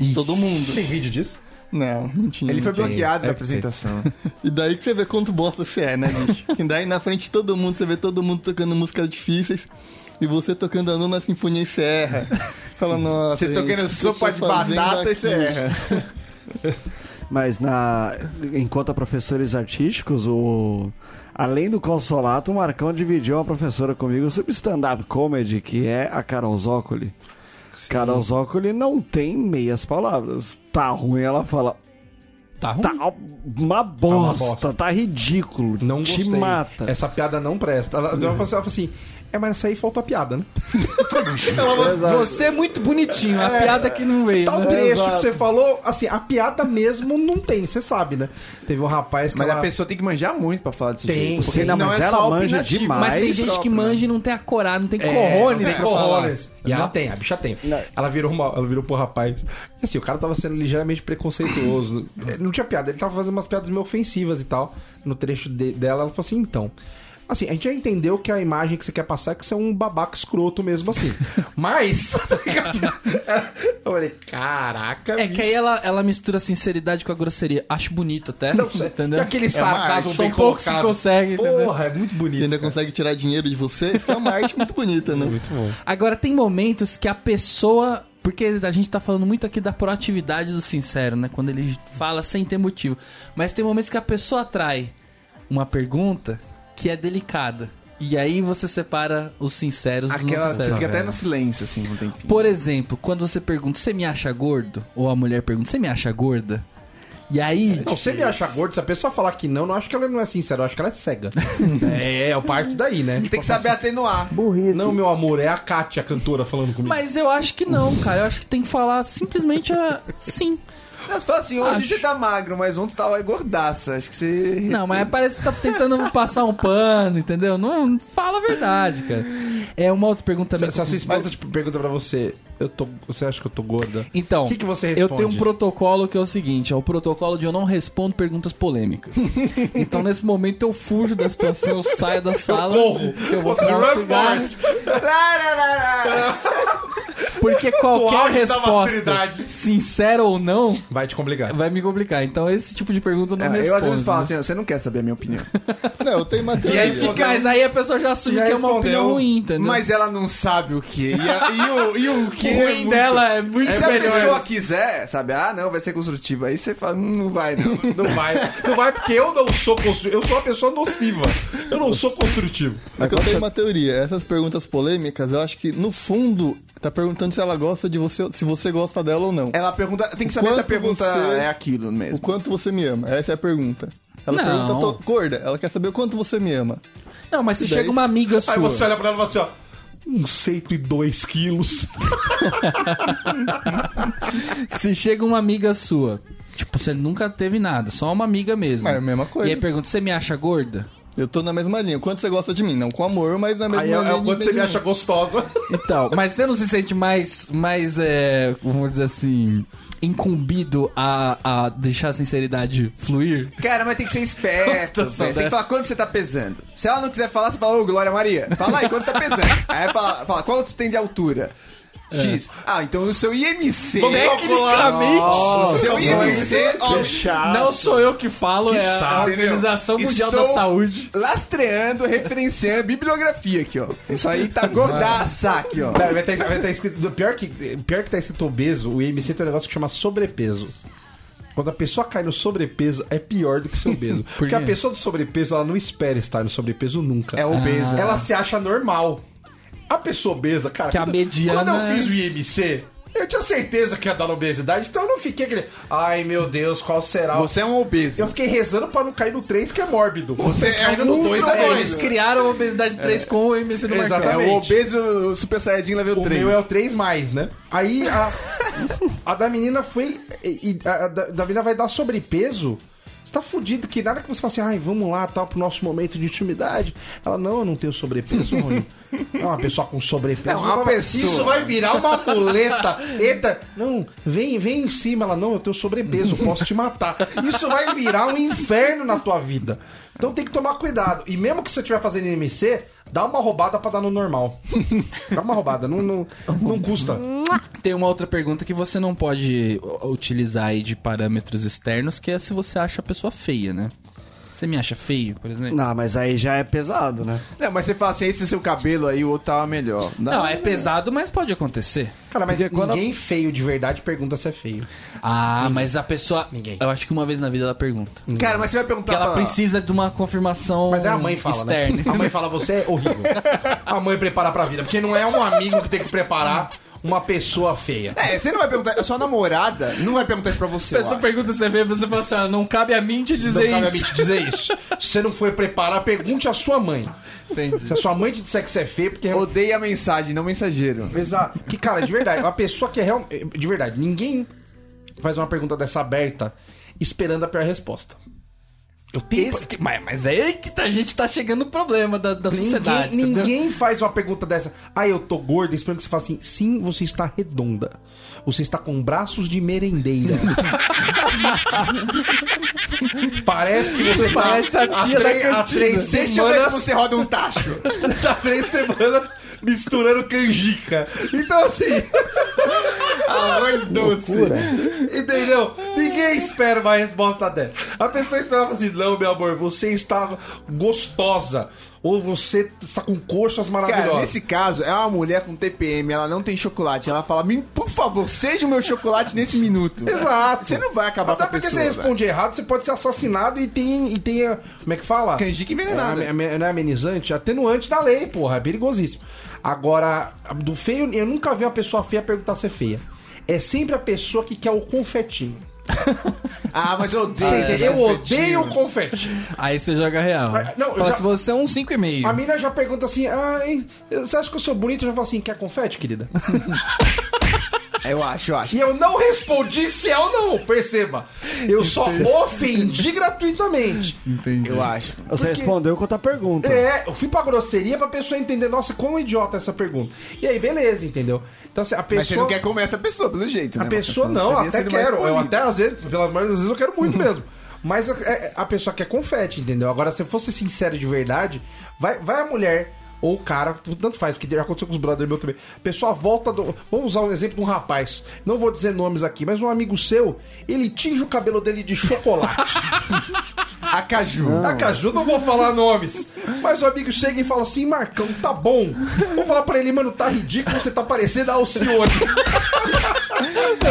D: De todo mundo.
F: Tem vídeo disso?
D: Não, não tinha.
B: Ele
D: não
B: foi
D: tinha.
B: bloqueado da apresentação.
D: E daí que você vê quanto bosta você é, né, bicho? e daí na frente de todo mundo, você vê todo mundo tocando músicas difíceis. E você tocando a nona sinfonia e você erra. Fala, nossa.
B: Você
D: gente, o que
B: tocando
D: eu
B: sopa
D: tô
B: de
D: fazendo
B: batata e você
D: aqui?
B: erra.
E: Mas na enquanto a professores artísticos, o além do consolato, o Marcão dividiu uma professora comigo sobre stand-up comedy, que é a Carol Zócoli. Carol Zócoli não tem meias palavras. Tá ruim, ela fala.
A: Tá ruim.
E: Tá uma bosta, tá,
F: bosta.
E: ridículo,
F: Não
E: te
F: gostei. É
E: mata.
F: Essa piada não presta. Ela, ela falou assim- ela falou assim: é, mas essa aí faltou a piada, né?
A: Você é muito bonitinho, a piada que não veio.
F: Tal
A: né?
F: Tá um trecho
E: Exato.
F: que você falou, assim, a piada mesmo não tem, você sabe, né? Teve um rapaz que
B: Mas a
F: ela...
B: pessoa tem que manjar muito pra falar desse jeito.
F: Tem,
B: é
E: Sim, não, mas ela manja demais.
A: Mas tem
E: mais
A: gente
E: próprio,
A: que manja e não tem a coragem, não tem
F: Corrones,
A: corrones
F: É, tem
A: pra falar.
F: corrones. E ela
A: Não.
F: tem, a bicha tem. Ela virou uma, ela virou pro rapaz. E assim, o cara tava sendo ligeiramente preconceituoso. Eh, Não tinha piada, ele tava fazendo umas piadas meio ofensivas e tal. No trecho de- dela, ela falou assim, então. Assim, a gente já entendeu que a imagem que você quer passar é que você é um babaca escroto mesmo assim. Mas. tá eu falei, caraca,
A: É que aí ela, ela mistura a sinceridade com a grosseria. Acho bonito até.
F: Não,
A: entendeu?
F: E aquele
B: É
F: sarcasmo
A: São
F: bem
A: poucos que
F: colocado?
A: conseguem, entendeu?
F: Porra, é muito
D: E
F: bonito.
D: ainda consegue tirar dinheiro de você. Isso é uma arte muito bonita, né? Muito bom.
A: Agora, tem momentos que a pessoa. Porque a gente tá falando muito aqui da proatividade do sincero, né? Quando ele fala sem ter motivo. Mas tem momentos que a pessoa atrai uma pergunta que é delicada. E aí você separa os sinceros dos não
B: Aquela, você
A: sinceros.
B: fica até no silêncio, assim, um tempinho.
A: Por exemplo, quando você pergunta, você me acha gordo? Ou a mulher pergunta, você me acha gorda? E aí.
F: Não, você me acha gordo, se a pessoa falar que não, não acho que ela não é sincera, eu acho que ela é cega. é, eu parto daí, né?
B: Tem que saber atenuar.
L: Burrice.
F: Não, meu amor, é a Kátia, a cantora, falando comigo.
A: Mas eu acho que não, cara. Eu acho que tem que falar simplesmente a... sim.
B: Mas fala assim, hoje
A: Acho.
B: você tá magro, mas ontem tava gordaça. Acho que você.
A: Não, mas parece que tá tentando passar um pano, entendeu? Não fala a verdade, cara. É uma outra pergunta também.
F: Se, se a sua esposa tipo, pergunta pra você, eu tô, você acha que eu tô gorda?
A: Então,
F: O que que você
A: eu
F: responde?
A: tenho um protocolo que é o seguinte: é o protocolo de eu não respondo perguntas polêmicas. então, nesse momento, eu fujo da situação, eu saio da sala, eu, vou fumar um cigarro. Porque qualquer resposta, sincera ou não,
F: Vai te complicar.
A: vai me complicar. Então, esse tipo de pergunta eu não
B: É,
A: respondo.
B: eu às vezes falo
A: né?
B: assim, ó, você não quer saber a minha opinião.
D: Não, eu tenho uma
A: Aí
D: teoria.
A: fica- Mas aí a pessoa já assume
F: Já
A: que é uma opinião
F: respondeu.
A: ruim, entendeu?
B: Mas ela não sabe o que. E, a- e o, e o que.
A: o ruim dela é muito
B: Se a
A: melhor.
B: pessoa quiser, sabe, ah, não, vai ser construtivo. Aí você fala, "Hum, não vai, não.
F: Não vai. Não vai porque eu não sou construtivo. Eu sou uma pessoa nociva. Eu não sou construtivo.
D: É que eu tenho uma teoria. Essas perguntas polêmicas, eu acho que, no fundo, tá perguntando se ela gosta de você, se você gosta dela ou
A: É
D: não.
B: Ela pergunta, tem que saber se a
D: Quanto
B: pergunta
D: você-
B: é aquilo
D: O
B: mesmo.
D: quanto você me ama? Essa é a pergunta. Ela
A: Não.
D: pergunta, tô gorda, ela quer saber o quanto você me ama.
A: Não, mas se
D: Daí-
A: chega uma amiga sua.
F: Aí você olha pra ela e fala assim, ó. Uns 102 quilos.
A: Se chega uma amiga sua, tipo, você nunca teve nada, só uma amiga mesmo.
D: É a mesma coisa.
A: E aí pergunta, você me acha gorda?
D: Eu tô na mesma linha. O quanto você gosta de mim? Não com amor, mas na mesma
F: Aí é,
D: linha.
F: é o
D: de
F: quanto você me
D: entendimento.
F: acha gostosa.
A: Então, mas você não se sente mais, mais é, vamos dizer assim, incumbido a, a deixar a sinceridade fluir?
B: Cara, mas tem que ser esperto, velho. Você tem que falar quanto você tá pesando. Se ela não quiser falar, você fala, ô, Glória Maria, fala aí, quanto você tá pesando? Aí fala, fala quanto você tem de altura? X. Ah, então o seu IMC. O seu IMC, ó,
A: não sou eu que falo, é a
B: chato,
A: Organização Mundial da
B: Estou-
A: Saúde.
B: lastreando, referenciando, bibliografia aqui, ó. Isso aí tá gordaça aqui, ó.
F: Cara, vai estar vai tá escrito. Pior que, pior que tá escrito obeso, o IMC tem um negócio que chama sobrepeso. Quando a pessoa cai no sobrepeso, é pior do que ser obeso. Porque a
A: quê?
F: pessoa do sobrepeso, ela não espera estar no sobrepeso nunca.
B: É obesa.
F: Ela se acha normal. A pessoa obesa, cara.
A: Que a
F: quando-
A: mediana
F: Quando eu
A: é-
F: fiz o IMC, eu tinha certeza que ia dar na obesidade, então eu não fiquei aquele. Ai meu Deus, qual será? o-"
B: Você é um obeso.
F: Eu fiquei rezando pra não cair no 3, que é mórbido.
B: Você é
F: Caindo
B: um
F: no 2
B: ultra
F: é
A: Eles
B: dois.
F: dois.
A: criaram a obesidade 3 com o MC do Marcão.
B: É o
F: exatamente.
B: obeso Super Saiyajin level um.
F: O
B: 3.
F: meu é o 3 mais, né? Aí a, a da menina foi. e- e a, a da, da menina vai dar sobrepeso. Você tá fudido, que nada que você fala assim, ai, vamos lá, tal, pro nosso momento de intimidade. Ela, não, eu não tenho sobrepeso, Rony. Não, uma pessoa com sobrepeso.
B: Não, uma
F: vai-
B: pessoa.
F: Isso vai virar uma muleta. Eita, não, vem, vem em cima. Ela, não, eu tenho sobrepeso, posso te matar. Isso vai virar um inferno na tua vida. Então tem que tomar cuidado. E mesmo que você estiver fazendo MC, dá uma roubada pra dar no normal. Dá uma roubada, não, não, não custa.
A: Tem uma outra pergunta que você não pode ó, utilizar aí de parâmetros externos, que é se você acha a pessoa feia, né? Você me acha feio, por exemplo?
E: Não, mas aí já é pesado, né?
B: Não, mas você fala assim, esse seu cabelo aí, o outro tava melhor.
A: Não, é pesado, mas pode acontecer.
F: Cara, mas ninguém feio de verdade pergunta se é feio.
A: Ah, mas a pessoa. Ninguém. Eu acho que uma vez na vida ela pergunta.
B: Cara, mas você vai perguntar
A: Porque ela
B: pra-
A: precisa de uma confirmação
F: Mas é a mãe fala,
A: externa.
F: né? A mãe fala, você é horrível. A mãe prepara pra vida, porque não é um amigo que tem que preparar uma pessoa feia.
B: É, você não vai perguntar, a sua namorada não vai perguntar isso pra você.
A: A
B: eu
A: pessoa
B: acho.
A: pergunta você vê, você fala assim: ah, não cabe a mim te dizer
F: não cabe a mim
A: isso.
F: te dizer isso. Se você não foi preparar, pergunte à sua mãe. Se
A: Entendi.
F: a sua mãe te disser que você é feio, porque...
B: Odeia a mensagem, não mensageiro.
F: Exato. Que, cara, de verdade, uma pessoa que é real... De verdade, ninguém faz uma pergunta dessa aberta esperando a pior resposta. Eu tenho...
A: Esse que- mas, mas é aí que tá- a gente tá chegando no problema da, da sociedade.
F: Ninguém,
A: entendeu?
F: ninguém faz uma pergunta dessa. Ah, eu tô gorda, esperando que você fale assim. Sim, você está redonda. Você está com braços de merendeira. Parece que você
A: Parece
F: tá
A: a tia da
F: três- há
A: cantina.
F: três
B: Deixa eu ver como
F: semanas,
B: você roda um tacho.
F: há três semanas misturando canjica. Então assim,
B: Arroz doce.
F: entendeu? Ninguém espera uma resposta dessa. A pessoa esperava assim, não, meu amor, você está gostosa. Ou você está com coxas
B: Cara,
F: maravilhosas.
B: nesse caso, é uma mulher com TPM, ela não tem chocolate. Ela fala, "Me- por favor, seja o meu chocolate nesse minuto.
F: Exato.
B: Você não vai acabar
F: Até
B: com a
F: porque
B: pessoa.
F: você responde errado, você pode ser assassinado e tem. E tem a- como é que fala?
B: Canjica
F: É,
B: envenenada.
F: ame- ame- não é amenizante? Atenuante da lei, porra. É perigosíssimo. Agora, do feio, eu nunca vi uma pessoa feia perguntar se é feia. É sempre a pessoa que quer o confetinho.
B: Ah, mas eu odeio.
F: Você
B: esses
F: entendeu? Eu
B: confetinhos.
F: odeio o confetinho.
A: Aí você joga real.
F: Ah, não, eu
A: fala
F: já-
A: se você é um 5,5.
F: A mina já "Ah, pergunta assim: Ai, você acha que eu sou bonito? Eu já falo assim: quer confete, querida?
B: Eu acho, eu acho.
F: E eu não respondi se é ou não, perceba. Eu só ofendi gratuitamente.
B: Eu acho.
E: Você
F: Porque-
E: respondeu com outra pergunta.
B: Então.
F: É, eu fui pra grosseria pra pessoa entender, nossa, quão idiota é essa pergunta. E aí, beleza, entendeu? Então, assim, a pessoa.
B: Mas você não quer comer essa pessoa, pelo jeito,
F: A
B: né,
F: pessoa
B: Marcelo?
F: não,
B: Teria
F: até
B: sido mais
F: quero. Eu
B: polido.
F: até às vezes, pela maioria das vezes eu quero muito mesmo. Mas a, é- a pessoa quer confete, entendeu? Agora, se eu fosse sincero de verdade, vai, vai a mulher ou o cara, tanto faz, porque já aconteceu com os brothers meu também. A pessoa volta do. Vamos usar um exemplo de um rapaz. Não vou dizer nomes aqui, mas um amigo seu, ele tinge o cabelo dele de chocolate.
B: A caju.
F: A Caju, não vou falar nomes. Mas o amigo chega e fala assim: Marcão, tá bom. Vou falar pra ele, mano, tá ridículo, você tá parecendo a Alcione.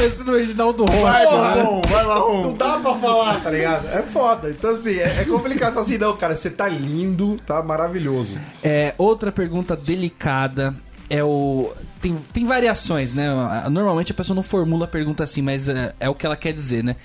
A: Esse do Reginaldo Rossi.
F: Porra, Não dá pra falar, tá ligado? É foda. Então, assim, é, é complicado. Fala assim, não, cara, você tá lindo, tá maravilhoso.
A: É, outra pergunta delicada é o. Tem, tem variações, né? Normalmente a pessoa não formula a pergunta assim, mas é, é o que ela quer dizer, né?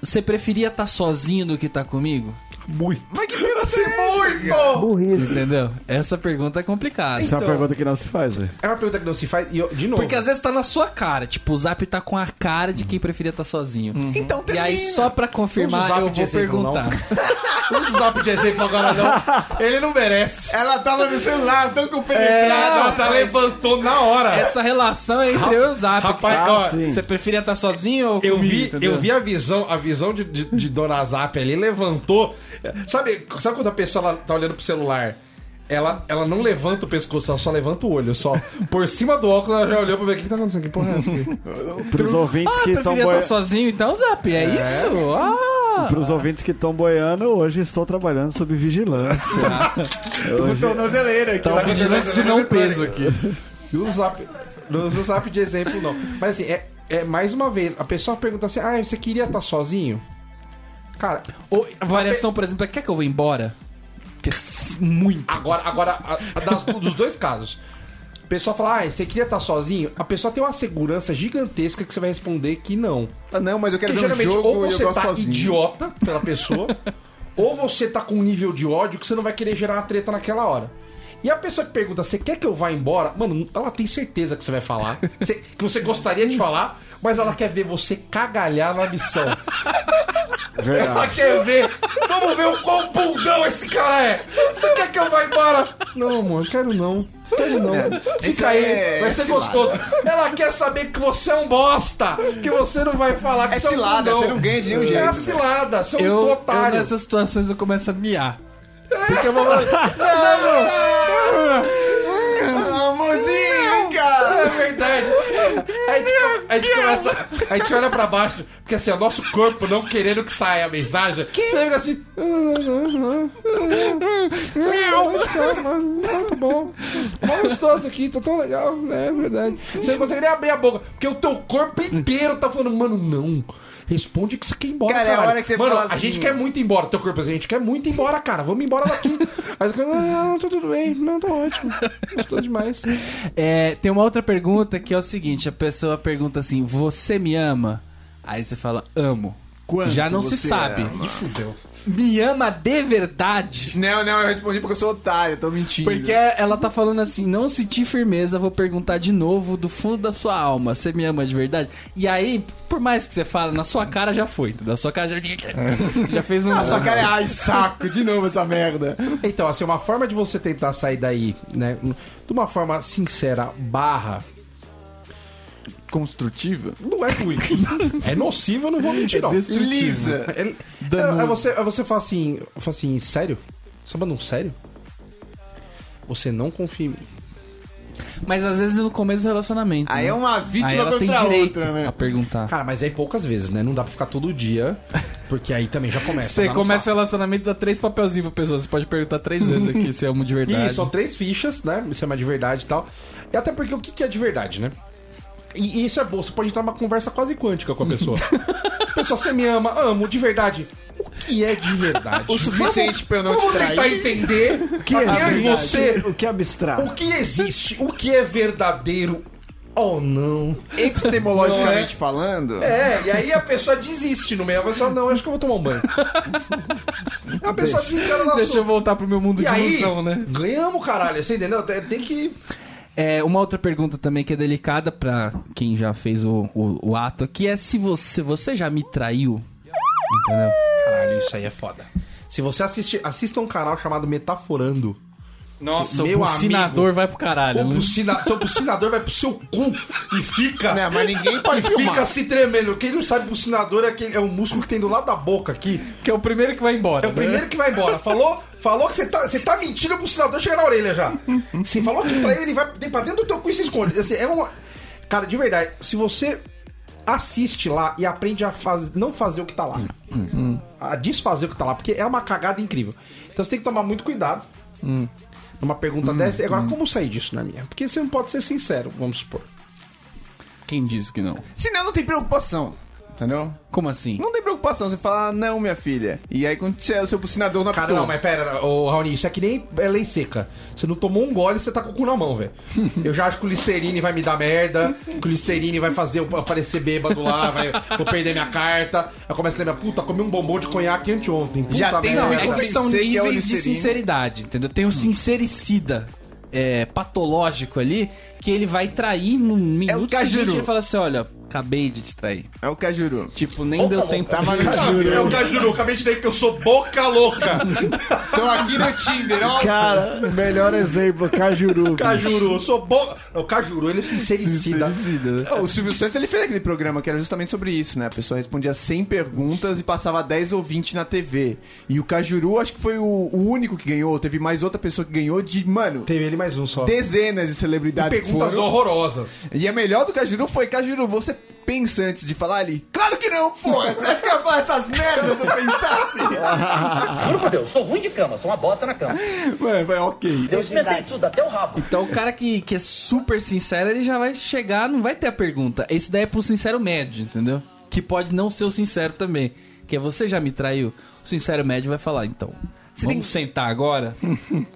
A: Você preferia estar sozinho do que estar comigo?
B: Mas que pergunta é
F: assim, Muito!
A: Entendeu? Essa pergunta é complicada.
E: Essa é
F: então.
E: uma pergunta que não se faz, velho.
F: É uma pergunta que não se faz. E, eu- de novo.
A: Porque às vezes tá na sua cara, tipo, o zap tá com a cara de quem preferia estar sozinho.
B: Então
A: E
B: termina.
A: aí, só pra
F: Uhum. Usa o
A: confirmar,
F: zap
A: eu
F: de
A: vou
F: exemplo, não.
A: perguntar.
F: Não usa o zap de exemplo agora, não. Ele não merece.
B: Ela tava no celular, tão
F: É,
B: compenetrada.
F: nossa, levantou na hora.
A: Essa relação é entre eu e o zap.
F: Rapaz,
B: é
A: sabe?
F: ó,
E: sim.
A: Você preferia estar sozinho ou
F: Eu
A: comigo,
F: vi,
A: entendeu?
F: eu vi a visão, a visão de, de, de Dona Zap ali levantou. Sabe, sabe quando a pessoa ela tá olhando pro celular? Ela, ela não levanta o pescoço, ela só levanta o olho, só. Por cima do óculos, ela já olhou pra ver o que que tá acontecendo. Que porra é essa aqui?
E: Pros ouvintes
A: Ah,
E: que é- estão
A: preferia
E: boi...
A: estar sozinho então, zap? É, isso? Ah!
E: Pros ouvintes que estão boiando, hoje estou trabalhando sob vigilância. Hoje-
B: Tornozeleira aqui.
A: Tá vigilantes de não peso aqui.
F: Não usa o zap, não usa o zap de exemplo, não. Mas assim, é, é mais uma vez, a pessoa pergunta assim: ah, você queria estar sozinho? Cara,
A: Ou, a variação, por exemplo, é quer que eu vou embora? Que é s- muito.
F: Agora, agora a- a- das- dos dois casos. A pessoa fala, ah, você queria estar sozinho? A pessoa tem uma segurança gigantesca que você vai responder que não.
B: Ah, Não, mas eu quero
F: Porque
B: ver um
F: geralmente,
B: jogo
F: ou
B: e eu
F: você
B: gosto
F: tá
B: sozinho.
F: idiota pela pessoa, ou você tá com um nível de ódio que você não vai querer gerar uma treta naquela hora. E a pessoa que pergunta, você quer que eu vá embora? Mano, ela tem certeza que você vai falar, você- que você gostaria de falar, mas ela quer ver você cagalhar na missão. Ela quer ver. Vamos ver o quão bundão esse cara é. Você quer que eu vá embora? Não, amor, quero não. Quero não.
B: isso
F: Fica aí,
B: é
F: vai ser
B: cilada.
F: gostoso. Ela quer saber que você é um bosta. Que você não vai falar que
B: É
F: você é um
B: cilada,
F: bundão.
B: você não ganha de nenhum
F: É
B: jeito,
F: a cilada, são
A: Eu,
F: um
A: eu
F: otário.
A: nessas situações eu começo a miar.
B: Amorzinho, vem cá.
F: É verdade. A gente, a gente começa. A gente olha pra baixo, porque assim, é o nosso corpo não querendo que saia a mensagem. Você fica assim. Miau! Tá bom. Mó gostoso aqui, tá tão legal. É verdade. Você não consegue nem abrir a boca, porque o teu corpo inteiro tá falando, mano, não. Responde que você quer ir embora,
B: Cara, é a
F: caralho."
B: hora que você
F: Mano,
B: fala
F: a
B: assim,
F: gente quer muito ir embora. Teu corpo assim, a gente quer muito ir embora, cara. Vamos embora daqui. Aí você fica, não, não, tá tudo bem. Não, tá ótimo. Gostoso demais.
A: É, tem uma outra pergunta que é o seguinte: a pessoa pergunta assim, você me ama? Aí você fala, amo.
B: Quanto
A: Já não se
B: você
A: sabe.
B: ama?
A: Me fudeu. Me ama de verdade?
B: Não, não, eu respondi porque eu sou otário, eu tô mentindo.
A: Porque ela tá falando assim, não senti firmeza, vou perguntar de novo do fundo da sua alma, você me ama de verdade? E aí, por mais que você fala, na sua cara já foi, na sua cara já, já fez um...
B: A sua cara é, ai, saco, de novo essa merda.
F: Então, assim, uma forma de você tentar sair daí, né? De uma forma sincera, barra,
B: Construtiva?
F: não é ruim. é nocivo, eu não vou mentir, não.
B: Lisa.
F: É, é você, é você fala assim, fala assim, sério? Só manda um sério? Você não confia em mim.
A: Mas às vezes no começo do relacionamento.
B: Aí
A: né?
B: é uma
A: Aí
B: vítima
A: ela tem
B: contra a
A: direito
B: outra, né?
A: a perguntar.
F: Cara, mas aí poucas vezes, né? Não dá pra ficar todo dia, porque aí também já começa.
A: Você
F: dá no
A: começa
F: saco.
A: o relacionamento, dá três papelzinhos pra pessoa. Você pode perguntar três vezes aqui se amo de verdade.
F: E são três fichas, né? Isso é uma de verdade e tal. E até porque o que que é de verdade, né? E e isso é bom, você pode entrar numa conversa quase quântica com a pessoa. pessoa, você me ama, amo, de verdade. O que é de verdade?
B: O suficiente pra eu não te
F: Vamos tentar
B: trair.
F: entender o que é
E: abstrato?
F: você,
E: O que é abstrato?
F: o que existe, o que é verdadeiro ou não.
B: Epistemologicamente falando,
F: É, e aí a pessoa desiste no meio. A pessoa, não, acho que eu vou tomar um banho. a pessoa desencana na
A: Deixa eu voltar pro meu mundo
F: E
A: de
F: aí,
A: ilusão, né?
F: ganhamos, caralho, você entendeu? Tem tem que
A: É, uma outra pergunta também que é delicada pra quem já fez o, o, o ato aqui é se você, você já me traiu. Entendeu?
F: Caralho, isso aí é foda. Se você assiste, assista um canal chamado Metaforando.
A: Nossa,
F: Meu
A: o bucinador
F: amigo.
A: vai pro caralho.
F: O
A: né?
F: bucina, seu bucinador vai pro seu cu e fica.
B: Né, mas ninguém pode
F: e fica
B: filmar.
F: se tremendo. Quem não sabe, bucinador é, aquele, é um músculo que tem do lado da boca aqui.
A: Que é o primeiro que vai embora.
F: É o primeiro que vai embora. Falou, falou que você tá, você tá mentindo, o bucinador chega na orelha já. Se falou que traiu, ele vai pra dentro do teu cu e se esconde. Assim, é uma... Cara, de verdade, se você assiste lá e aprende a faz... não fazer o que tá lá, a desfazer o que tá lá, porque é uma cagada incrível. Então você tem que tomar muito cuidado. Numa pergunta dessa, E agora como sair disso na minha? Porque você não pode ser sincero, vamos supor.
A: Quem disse que não?
B: Senão não tem preocupação. Entendeu?
A: Como assim?
B: Não tem preocupação. Você fala, "Ah, não, minha filha. E aí quando tiver o seu bucinador na
F: Cara, não, mas pera, ô Raoni, isso é que nem é lei seca. Você não tomou um gole, você tá com o cu na mão, velho. Eu já acho que o Listerine vai me dar merda, que o Listerine vai fazer eu aparecer bêbado lá, vai, vou perder minha carta. Eu começo a lembrar, puta, comi um bombom de conhaque anteontem. Puta
B: Já tem
A: Não, é
B: Eu
A: Hum.
B: me
A: que
B: convenci
A: são
B: que é o
A: níveis de
B: Listerine.
A: sinceridade, entendeu? Tem o sincericida é, patológico ali, que ele vai trair no minuto seguinte
B: Cajuru.
A: ele fala assim, olha, acabei de te trair.
B: É o Cajuru.
A: Tipo, nem deu tempo.
B: Tava no
F: Cajuru. É o Cajuru, acabei de dizer que eu sou boca louca.
B: Tô Então aqui no Tinder, ó.
E: Cara, melhor exemplo, Cajuru.
F: Cajuru, eu sou boca... O Cajuru, ele é sincericida.
B: Ô, O Silvio Santos ele fez aquele programa que era justamente sobre isso, né? A pessoa respondia 100 perguntas e passava 10 ou 20 na TV. E o Cajuru, acho que foi o, o único que ganhou. Teve mais outra pessoa que ganhou de, mano,
F: Teve ele mais um só.
B: dezenas de celebridades
F: Perguntas
B: foram.
F: horrorosas.
B: E a melhor do Cajuru foi, Cajuru, você pensa antes de falar ali? Claro que não, pô! Você acha que eu ia falar essas merdas se eu pensasse?
J: Juro por Deus, sou ruim de cama, sou uma bosta na cama.
B: Mano, vai, ok.
J: Eu experimentei tudo, até o rabo.
A: Então o cara que, que é super sincero, ele já vai chegar, não vai ter a pergunta. Esse daí é pro sincero médio, entendeu? Que pode não ser o sincero também. Que é você já me traiu, o sincero médio vai falar, então. vamos sentar agora,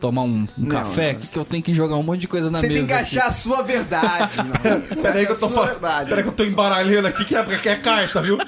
A: tomar um, um café, que eu tenho que jogar um monte de coisa na
B: Você
A: mesa.
B: tem que
A: aqui.
B: achar a sua verdade.
F: Peraí que eu tô
B: é Sua
F: falando.
B: verdade.
F: Peraí que eu tô embaralhando aqui que é, que é carta, viu?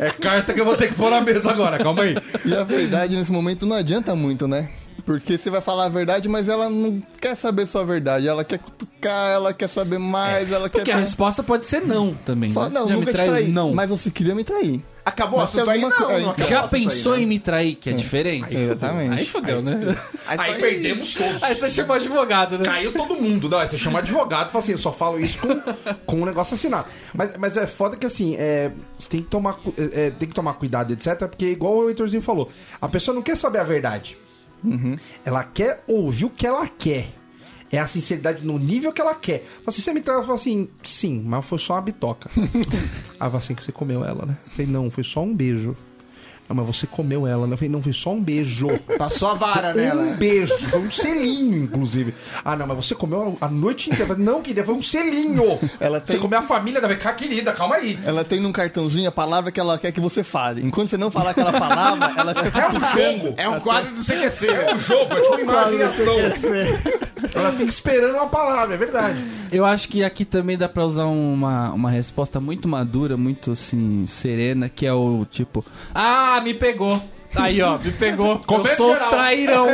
F: É carta que eu vou ter que pôr na mesa agora, calma aí.
D: E a verdade nesse momento não adianta muito, né? Porque você vai falar a verdade, mas ela não quer saber sua verdade. Ela quer cutucar, ela quer saber mais, ela quer.
A: É. Porque a
B: é.
A: resposta pode ser não também.
D: Fala,
A: né?
D: não,
A: já me
D: nunca te
A: traiu?
D: traí.
A: Não.
D: Mas você queria me trair.
B: Acabou o
D: Mas tem
B: assunto aí? Não,
D: alguma co-
B: não acabou
A: já
B: o assunto aí,
A: pensou
B: né?
A: em me trair, que é diferente?
D: Exatamente.
A: Aí fodeu, né?
F: Aí
B: foi-
F: perdemos todos.
A: Aí você chamou advogado, né?
F: Caiu todo mundo. Não, aí você chama advogado e fala assim, eu só falo isso com, com um negócio assinado. Mas, mas é foda que assim, é, você tem que, tomar, cu- é, é, tem que tomar cuidado, etc. Porque é igual o Heitorzinho falou, a pessoa não quer saber a verdade. Ela quer ouvir o que ela quer. É a sinceridade no nível que ela quer. Fala assim, você me traz, ela fala assim, sim, mas foi só uma bitoca. Aí assim que você comeu ela, né? Eu falei, não, foi só um beijo. Não, mas você comeu ela, né? Eu falei, não, foi só um beijo.
B: Passou a vara
F: Um
B: nela.
F: beijo, foi um selinho, inclusive. Ah, não, mas você comeu a noite inteira. Não, querida, foi um selinho.
D: Ela tem-
F: Você comeu a família da VK, querida, calma aí.
D: Ela tem num cartãozinho a palavra que ela quer que você fale. Enquanto você não falar aquela palavra, ela fica cutucando.
B: É um quadro do CQC.
F: É um jogo, é tipo imagem e ação.
D: Você-
F: Ela fica esperando uma palavra, é verdade.
A: Eu acho que aqui também dá pra usar uma, uma resposta muito madura, muito assim, serena, que é o tipo: Ah, me pegou. Aí, ó, me pegou. Eu
F: Comércio
A: sou
F: geral.
A: trairão.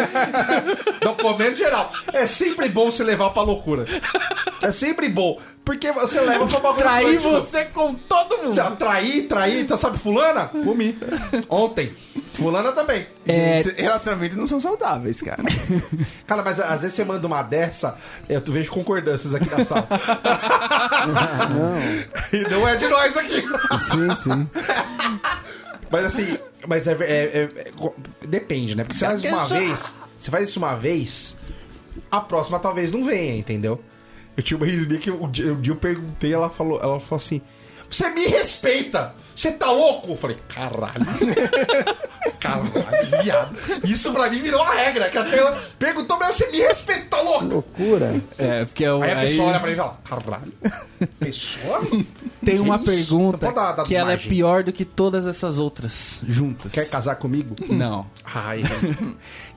F: Documento geral. É sempre bom você levar pra loucura. É sempre bom. Porque você leva pra bagulho.
A: Traí
F: doido.
A: você com todo mundo.
F: Você atrair, trair, então sabe, fulana? Comi. Ontem. Fulana também.
A: É,
B: Gente, Relacionamentos não são saudáveis, cara.
F: Cara, mas às vezes você manda uma dessa, eu tu vejo concordâncias aqui na sala. E não é de nós aqui.
E: Sim, sim.
F: Mas assim, mas é, é- é- é- co- depende, né? Porque você faz isso uma vez, você faz isso uma vez, a próxima talvez não venha, entendeu? Eu tinha uma ex-minha que um dia, um dia eu perguntei, ela falou, ela falou assim: "Você me respeita? Você tá louco?" Eu falei: "Caralho." Caralho, viado. Isso pra mim virou uma regra, que até ela perguntou, mas você me respeita, tá louco?
E: Loucura.
A: é, porque eu,
F: Aí a
A: aí
F: pessoa olha pra mim e fala, caralho. Pessoa?
A: tem uma
F: isso? Não
A: pergunta
F: pode dar- dar
A: que ela é
F: margem.
A: pior do que todas essas outras juntas.
F: Quer casar comigo?
A: Não.
F: Ai,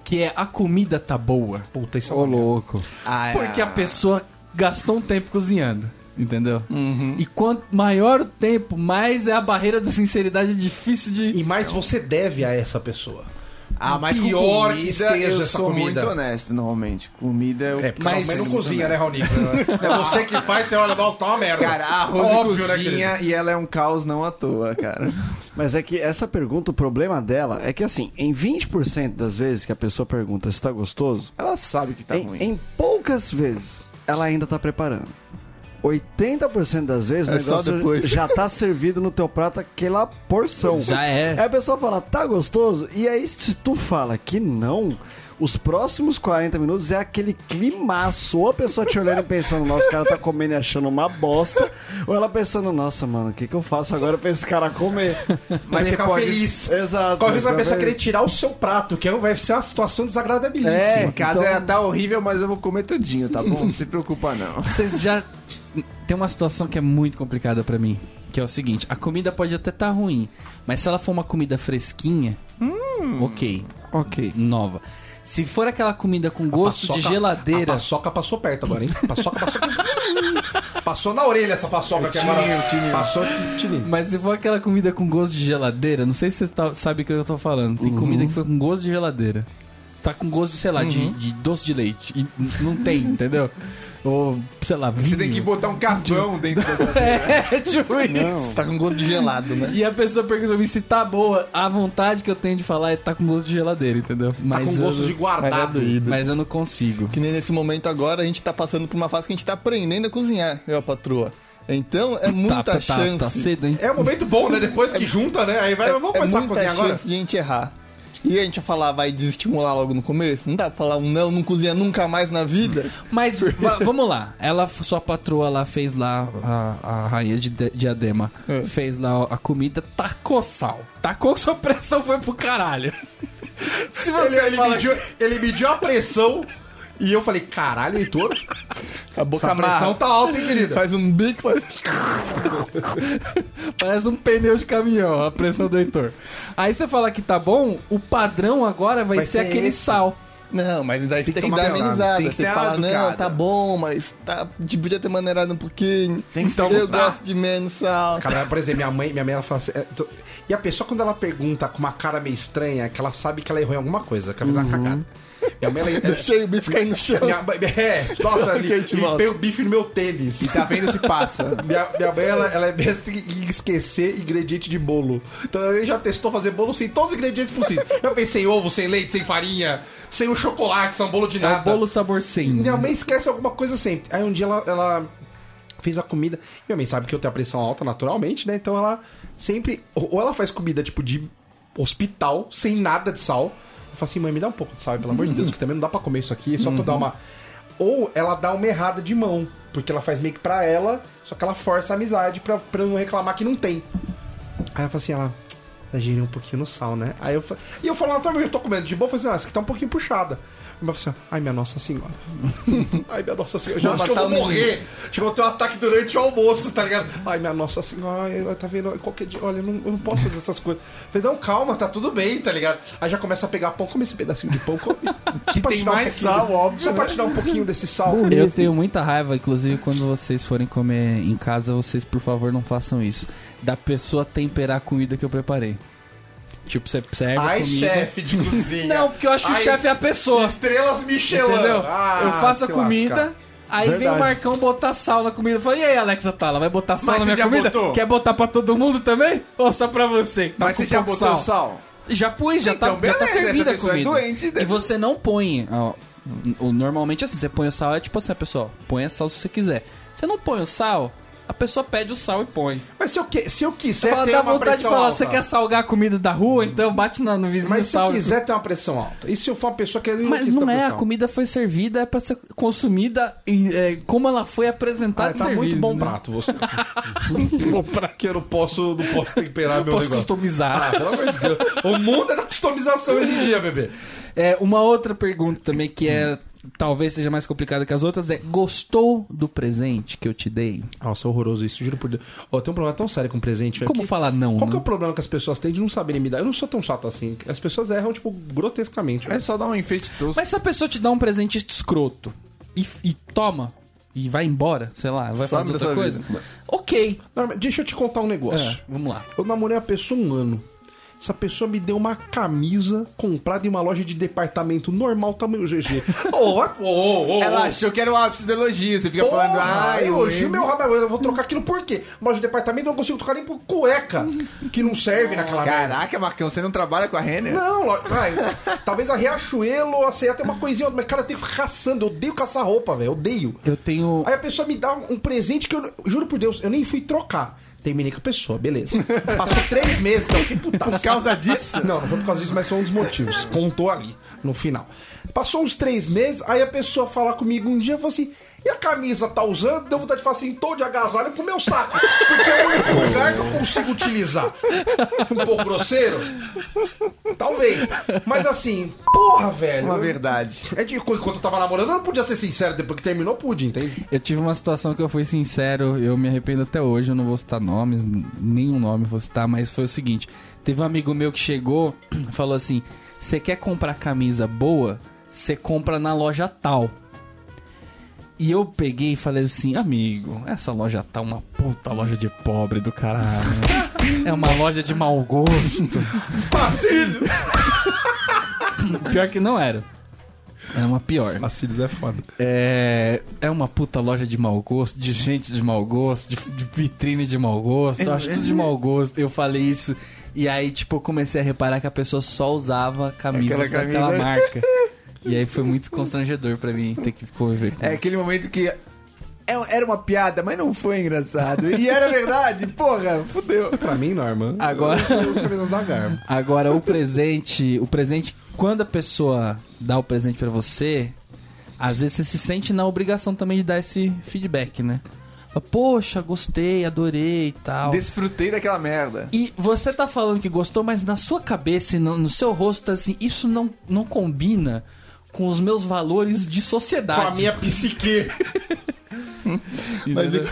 A: Que é a comida tá boa.
F: puta, isso é
E: Ô,
F: uma...
E: louco.
B: Ah, é.
A: Porque
F: Ah.
A: a pessoa gastou um tempo cozinhando. Entendeu?
F: Uhum.
A: E quanto maior o tempo, mais é a barreira da sinceridade difícil de.
F: E mais você deve a essa pessoa.
B: Ah, mas
F: pior
B: com comida,
F: que esteja
B: eu
F: essa
B: sou
F: comida.
B: muito honesto, normalmente. Comida eu...
F: É, porque
A: Mas-
F: mas, não cozinha, né, Raoni? É você que faz, você olha, nossa, tá uma merda.
B: Cara, arroz
F: Óbvio,
B: e
F: né,
B: cozinha e ela é um caos não à toa, cara.
E: Mas é que essa pergunta, o problema dela é que, assim, em 20% das vezes que a pessoa pergunta se tá gostoso,
B: Ela sabe que tá
E: em,
B: ruim.
E: em poucas vezes ela ainda tá preparando. 80% das vezes
D: É
E: o
D: só
E: negócio
D: depois.
E: já tá servido no teu prato aquela porção.
A: Já é.
E: Aí a pessoa fala, tá gostoso? E aí, se tu fala que não, os próximos 40 minutos é aquele climaço. Ou a pessoa te olhando e pensando, nossa, o cara tá comendo e achando uma bosta. Ou ela pensando, nossa, mano, o que, que eu faço agora pra esse cara comer?
F: Mas ficar
B: pode-
F: feliz.
E: Exato.
F: Qual a pessoa
E: Talvez-
F: querer tirar o seu prato, que vai ser uma situação desagradabilíssima. Então,
E: É,
B: Em casa é, tá horrível, mas eu vou comer tudinho, tá bom? Não se preocupa, não.
A: Vocês já. Tem uma situação que é muito complicada pra mim. Que é o seguinte: a comida pode até estar ruim, mas se ela for uma comida fresquinha,
B: Hum.
A: ok,
E: Ok.
A: nova. Se for aquela comida com gosto de geladeira.
F: A paçoca passou perto agora, hein? Paçoca passou. passou na orelha essa paçoca que agora. Passou. Tininho.
A: Mas se for aquela comida com gosto de geladeira, não sei se vocês tá, sabem o que eu tô falando.
B: Uhum.
A: Tem comida que foi com gosto de geladeira. Tá com gosto, sei lá,
B: Uhum.
A: de, de doce de leite. E n- não tem, entendeu? Ou, sei lá, vinho.
B: Você tem que botar um carvão dentro dessa...
A: É, tipo
F: um
A: isso.
D: Tá com gosto de gelado, né?
A: E a pessoa pergunta pra mim se tá boa. A vontade que eu tenho de falar é tá com gosto de geladeira, entendeu?
F: Tá com gosto
A: eu,
F: de
D: Mas é
F: guardado.
D: doído.
A: Mas eu não consigo.
D: Que nem nesse momento agora, a gente tá passando por uma fase que a gente tá aprendendo a cozinhar, eu a patroa. Então, é muita
A: tá, tá,
D: chance.
A: Tá, tá cedo, hein?
F: É um momento bom, né? Depois que junta, né? Aí vai, vamos
D: é
F: começar a
D: muita
F: cozinhar
D: chance
F: agora.
D: de a gente errar. E a gente falar, vai desestimular logo no começo? Não dá pra falar um não, não cozinha nunca mais na vida.
A: Mas va- vamos lá. Ela, sua patroa lá, fez lá, a, a rainha de de- diadema,
D: É.
A: fez lá a comida, tacou sal. Tacou que sua pressão foi pro caralho. Se você
D: é
F: Ele, ele
A: fala-
F: mediu, ele mediu a pressão e eu falei, caralho, Heitor,
D: A boca
F: a pressão
D: amarra,
F: tá alta, hein, querida?
D: faz um bico, faz...
A: Parece um pneu de caminhão, a pressão do Heitor. Aí você fala que tá bom, o padrão agora vai,
F: Vai
A: ser,
F: ser
A: aquele
F: esse.
A: sal.
D: Não, mas daí tem, que
B: tomar
D: dar
B: cuidado,
D: amenizada.
B: tem
D: Tem
B: que
D: que,
B: dar
D: falar,
B: educada.
D: não, tá bom, mas tá, podia ter maneirado um pouquinho.
A: Tem que
D: eu
A: ser-
D: gosto de menos sal.
F: Cara, por exemplo, minha mãe, minha mãe, ela fala assim, é, tô- E a pessoa, quando ela pergunta com uma cara meio estranha, que ela sabe que ela errou em alguma coisa, que ela fez uma
A: Uhum.
F: cagada. Minha mãe, ela...
D: Deixei o bife cair no chão.
F: minha mãe- é, nossa,
D: Ok,
F: li,
D: te
F: limpei o bife no meu tênis.
B: E tá vendo se passa.
F: Minha, minha mãe, ela, ela é mestre em esquecer ingrediente de bolo. Então, ela já testou fazer bolo sem todos os ingredientes possíveis. Eu pensei em ovo, sem leite, sem farinha, sem o chocolate, sem um bolo de
D: Ah,
A: É
D: tá.
F: nada.
A: o bolo sabor sem.
F: Minha mãe esquece alguma coisa sempre. Aí um dia ela, ela fez a comida. Minha mãe sabe que eu tenho a pressão alta naturalmente, né? Então ela sempre. Ou ou ela faz comida tipo de hospital, sem nada de sal. Eu falo assim, mãe, me dá um pouco de sal, pelo amor de Deus, que também não dá pra comer isso aqui, é só pra dar uma. Ou ela dá uma errada de mão, porque ela faz meio que pra ela, só que ela força a amizade pra, pra não reclamar que não tem. Aí ela fala assim, ela. Exagerei um pouquinho no sal, né? Aí eu fa- E eu falo, ah, também eu tô comendo de boa, eu falei assim, ah, essa aqui tá um pouquinho puxada. Mas assim, ai minha nossa senhora. ai minha nossa senhora, eu já
D: Vou
F: acho que eu
D: matar
F: vou
D: o menino.
F: morrer. Chegou a ter um ataque durante o almoço, tá ligado? Ai minha nossa senhora, ai, ela tá vendo? Qualquer dia, olha, eu não, eu não posso fazer essas coisas. Eu falei, não, calma, tá tudo bem, tá ligado? Aí já começa a pegar pão, come esse pedacinho de pão, come. que
B: tem mais sal, óbvio,
F: um
B: né?
F: Só pra tirar um pouquinho desse sal.
A: Eu tenho muita raiva, inclusive, quando vocês forem comer em casa, vocês, por favor, não façam isso. Da pessoa temperar a comida que eu preparei. Tipo, você serve a
F: Ai,
A: comida...
F: chefe de cozinha.
A: Não, porque eu acho que o
F: Ai,
A: chefe é a pessoa,
F: Estrelas
B: é
F: Michelin.
A: entendeu?
F: Ah,
A: eu faço a
F: se
A: comida...
F: lascar.
A: Aí vem o Marcão botar sal na comida. Eu falei, e aí, Alexa Tala, vai botar sal na
B: Mas você
A: minha
B: já
A: comida?
B: botou?
A: Quer botar pra todo mundo também? Ou só pra você? que tá
B: Mas
A: com
B: você já
A: pouco
B: botou sal?
A: Já pus, já,
B: Então,
A: tá, já tá
B: beleza,
A: servida a
B: essa pessoa é
A: comida.
B: doente,
A: e
F: né?
B: deve-
A: você não põe. ó, o- normalmente assim, você põe o sal, é tipo assim, a pessoa, põe sal se você quiser. Você não põe o sal, a pessoa pede o sal e põe.
F: Mas se eu, que, se eu
A: Você
F: quiser
A: fala,
F: ter
A: Tá dá
F: uma
A: vontade de
F: pressão
A: falar,
F: alta, Hum.
A: você quer salgar a comida da rua, então bate na- no vizinho
F: Mas se eu
A: sal.
F: quiser ter uma pressão alta. E se eu for uma pessoa que não
A: Mas
F: quis ter
A: não é, a
F: pressão?
A: comida foi servida, é pra ser consumida e, é, como ela foi apresentada
F: Ah,
A: e
F: tá
A: servida.
F: muito bom
A: né?
F: prato você. bom prato que eu não posso, não posso temperar meu
A: Posso
F: negócio.
A: customizar.
F: Pelo amor de Deus. O mundo é da customização hoje em dia, bebê.
A: É, uma outra pergunta também que é talvez seja mais complicada que as outras é: gostou do presente que eu te dei?
F: Nossa, horroroso isso, juro por Deus. Ó, tem um problema tão sério com presente, velho.
A: Como
F: que-
A: falar não,
F: Qual
A: né?
F: que é o problema que as pessoas têm de não saberem me dar? Eu não sou tão chato assim. As pessoas erram, tipo, grotescamente.
B: É só dar um enfeite tosco.
A: Mas se a pessoa te dá um presente escroto e, e toma e vai embora, sei lá, vai
D: Some
A: fazer
D: da
A: outra
D: sua
A: coisa,
D: vida.
A: ok.
F: Norma, Deixa eu te contar um negócio.
A: É, vamos lá.
F: Eu namorei uma pessoa um ano. Essa pessoa me deu uma camisa comprada em uma loja de departamento normal tamanho GG. Ô, ô, ô, ô,
B: Ela
F: ô.
B: achou que era o ápice do elogio. Você fica falando,
F: Porra,
B: ai,
F: elogio meu rabo, eu vou trocar aquilo por quê? Loja de departamento eu não consigo trocar nem por cueca, que não serve naquela merda.
B: Caraca, Marcão, você não trabalha com a Renner?
F: Não, lo- ai, talvez a Riachuelo ou a C&A tem uma coisinha, mas cara, eu tenho que ficar caçando, eu odeio caçar roupa, velho, eu odeio.
A: Eu tenho.
F: Aí a pessoa me dá um um presente que eu, juro por Deus, eu nem fui trocar. Terminei com a pessoa, beleza. Passou três meses, então, que putaça. Por causa disso? Não, não foi por causa disso, mas foi um dos motivos. Contou ali, no final. Passou uns três meses, aí a pessoa fala comigo um dia e falou assim: e a camisa tá usando? Deu vontade de falar assim: tô de agasalho pro meu saco. Porque é o único lugar que eu consigo utilizar. Um pouco grosseiro? Talvez. Mas assim, porra, velho.
B: Uma verdade.
F: É de quando eu tava namorando, eu não podia ser sincero. Depois que terminou, pude, entende?
A: Eu tive uma situação que eu fui sincero, eu me arrependo até hoje, eu não vou citar nomes, n- nenhum nome eu vou citar, mas foi o seguinte: teve um amigo meu que chegou falou assim: você quer comprar camisa boa? Você compra na loja tal. E eu peguei e falei assim, amigo, essa loja tal é uma puta loja de pobre do caralho. É uma loja de mau gosto. Pior que não era. Era uma pior.
F: Cílios é foda.
A: É, é uma puta loja de mau gosto, de gente de mau gosto, de, de vitrine de mau gosto, eu acho tudo de mau gosto. Eu falei isso e aí, tipo, eu comecei a reparar que a pessoa só usava camisas
D: Aquela camisa.
A: daquela marca. E aí foi muito constrangedor pra mim ter que conviver com
B: É
A: isso.
B: aquele momento que é- era uma piada, mas não foi engraçado. E era verdade, porra, fudeu.
F: Pra mim, Norman.
A: Agora,
F: As camisas da Garbo.
A: agora o presente, o presente quando a pessoa dá o presente pra você, às vezes você se sente na obrigação também de dar esse feedback, né? Fala, Poxa, gostei, adorei e tal.
B: Desfrutei daquela merda.
A: E você tá falando que gostou, mas na sua cabeça e no, no seu rosto tá assim, isso não, não combina com os meus valores de sociedade.
F: Com a minha psique.
D: Mas e,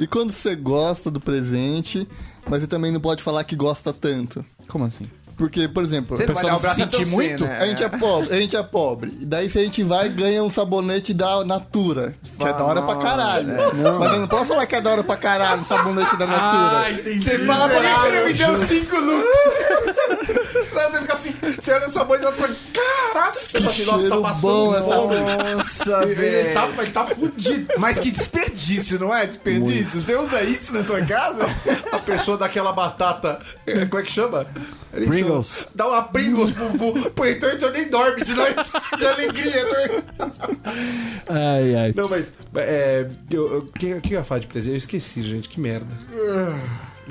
D: e quando você gosta do presente, mas você também não pode falar que gosta tanto?
A: Como assim?
D: Porque, por exemplo,
B: Você não vai dar o braço a
A: sente
B: torcer,
A: muito?
B: né?
D: a gente é pobre, a gente é pobre. E daí se a gente vai ganha um sabonete da Natura, que é da hora pra caralho. Mas eu não posso falar que é da hora pra caralho um sabonete da Natura.
B: Você fala, por que
F: É.
B: você não me deu cinco looks?
F: Você fica assim, você olha o sabor de lá e fala, caralho. Você fala assim, nossa, tá
D: cheiro
F: passando
D: bom essa
F: fome.
E: então,
B: Nossa,
F: Ele, ele tá, ele tá fudido.
B: Mas que desperdício, não é? Desperdício. Você usa isso na sua casa?
F: A pessoa daquela batata, eh, como é que chama? Ele
E: Pringles.
F: chama- Dá uma Pringles pro, pro, pro Heitor, Heitor então nem dorme de noite, de alegria. né? Heitor.
A: Ai, ai.
F: Não, mas, é, eu, eu, que, que eu ia falar de presente? Eu esqueci, gente, que merda. Eu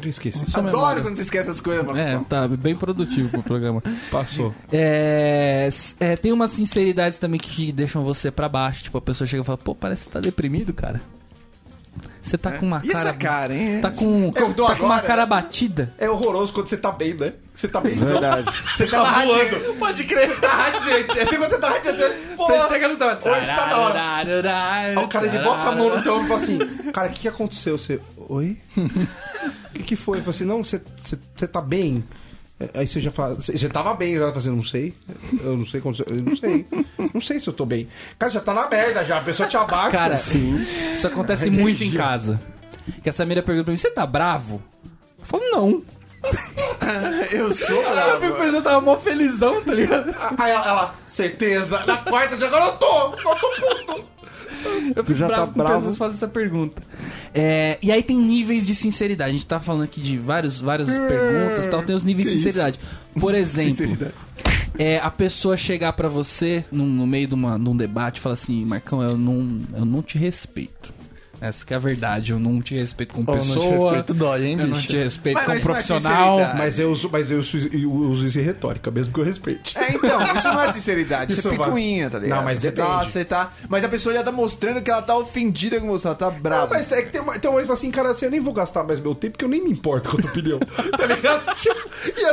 F: esqueci.
A: Sua
B: Adoro quando você esquece essas coisas, mano.
A: memória- É, tá bem produtivo pro programa.
F: Passou.
A: É, s- é, tem umas sinceridades também que deixam você pra baixo. Tipo, a pessoa chega e fala, pô, parece que tá deprimido, cara. Você tá com uma
B: E essa
A: cara.
B: cara, hein?
A: Tá com,
B: Acordou
A: tá com uma
B: agora?
A: cara batida.
F: É horroroso quando você tá bem, né? Você tá bem.
E: é Verdade.
B: Você tava radiando.
A: Pode crer.
F: Tá radiante. É assim quando você tá radiante. Você chega no trabalho. Hoje tá da hora. Aí o cara ele bota a mão no teu ombro e fala assim: Cara, o que, que aconteceu? Você, oi? O que, que foi? Eu falei assim: Não, você- você você tá bem? É, Aí você já fala, você você tava bem, ela fala assim, não sei, eu não sei quando, eu não sei, não sei se eu tô bem. Cara, já tá na merda já, a pessoa te abaixa.
A: Cara, isso acontece muito em casa. Que a Samira pergunta pra mim, você tá bravo? Eu falo, não.
B: Eu sou
A: Aí eu
B: bravo.
A: fico pensando, eu tava mó felizão, tá ligado?
F: aí ela, ela, certeza, na quarta já, agora eu tô, eu tô puto.
A: Eu fico
E: já tá
A: bravo quando
E: bravo.
A: pessoas fazem essa pergunta. É, e aí tem níveis de sinceridade. A gente tá falando aqui de vários, várias perguntas e tal. Tem os níveis de sinceridade. Por exemplo, é, a pessoa chegar pra você num- no meio de, uma, de um debate e falar assim, Marcão, eu não, eu não te respeito. Essa que é a verdade, eu não te respeito como
D: Oh, não te
A: pessoa.
D: respeito dói, hein,
A: Eu não
D: bicho?
A: te respeito
B: Mas
A: como
B: isso não é
A: profissional.
B: sinceridade.
F: Mas eu uso, mas eu uso, eu uso isso em retórica, mesmo que eu respeite.
B: É, então, isso não é sinceridade, isso, é
F: Isso vai.
B: picuinha, tá ligado?
F: Não, mas
B: você tá,
F: depende.
B: você tá. Mas a pessoa já tá mostrando que ela tá ofendida com você, ela tá
F: Ah,
B: brava.
F: mas é que tem uma, tem uma hora que fala assim, cara, assim, eu nem vou gastar mais meu tempo, porque eu nem me importo com a tua opinião. tá ligado? Tipo,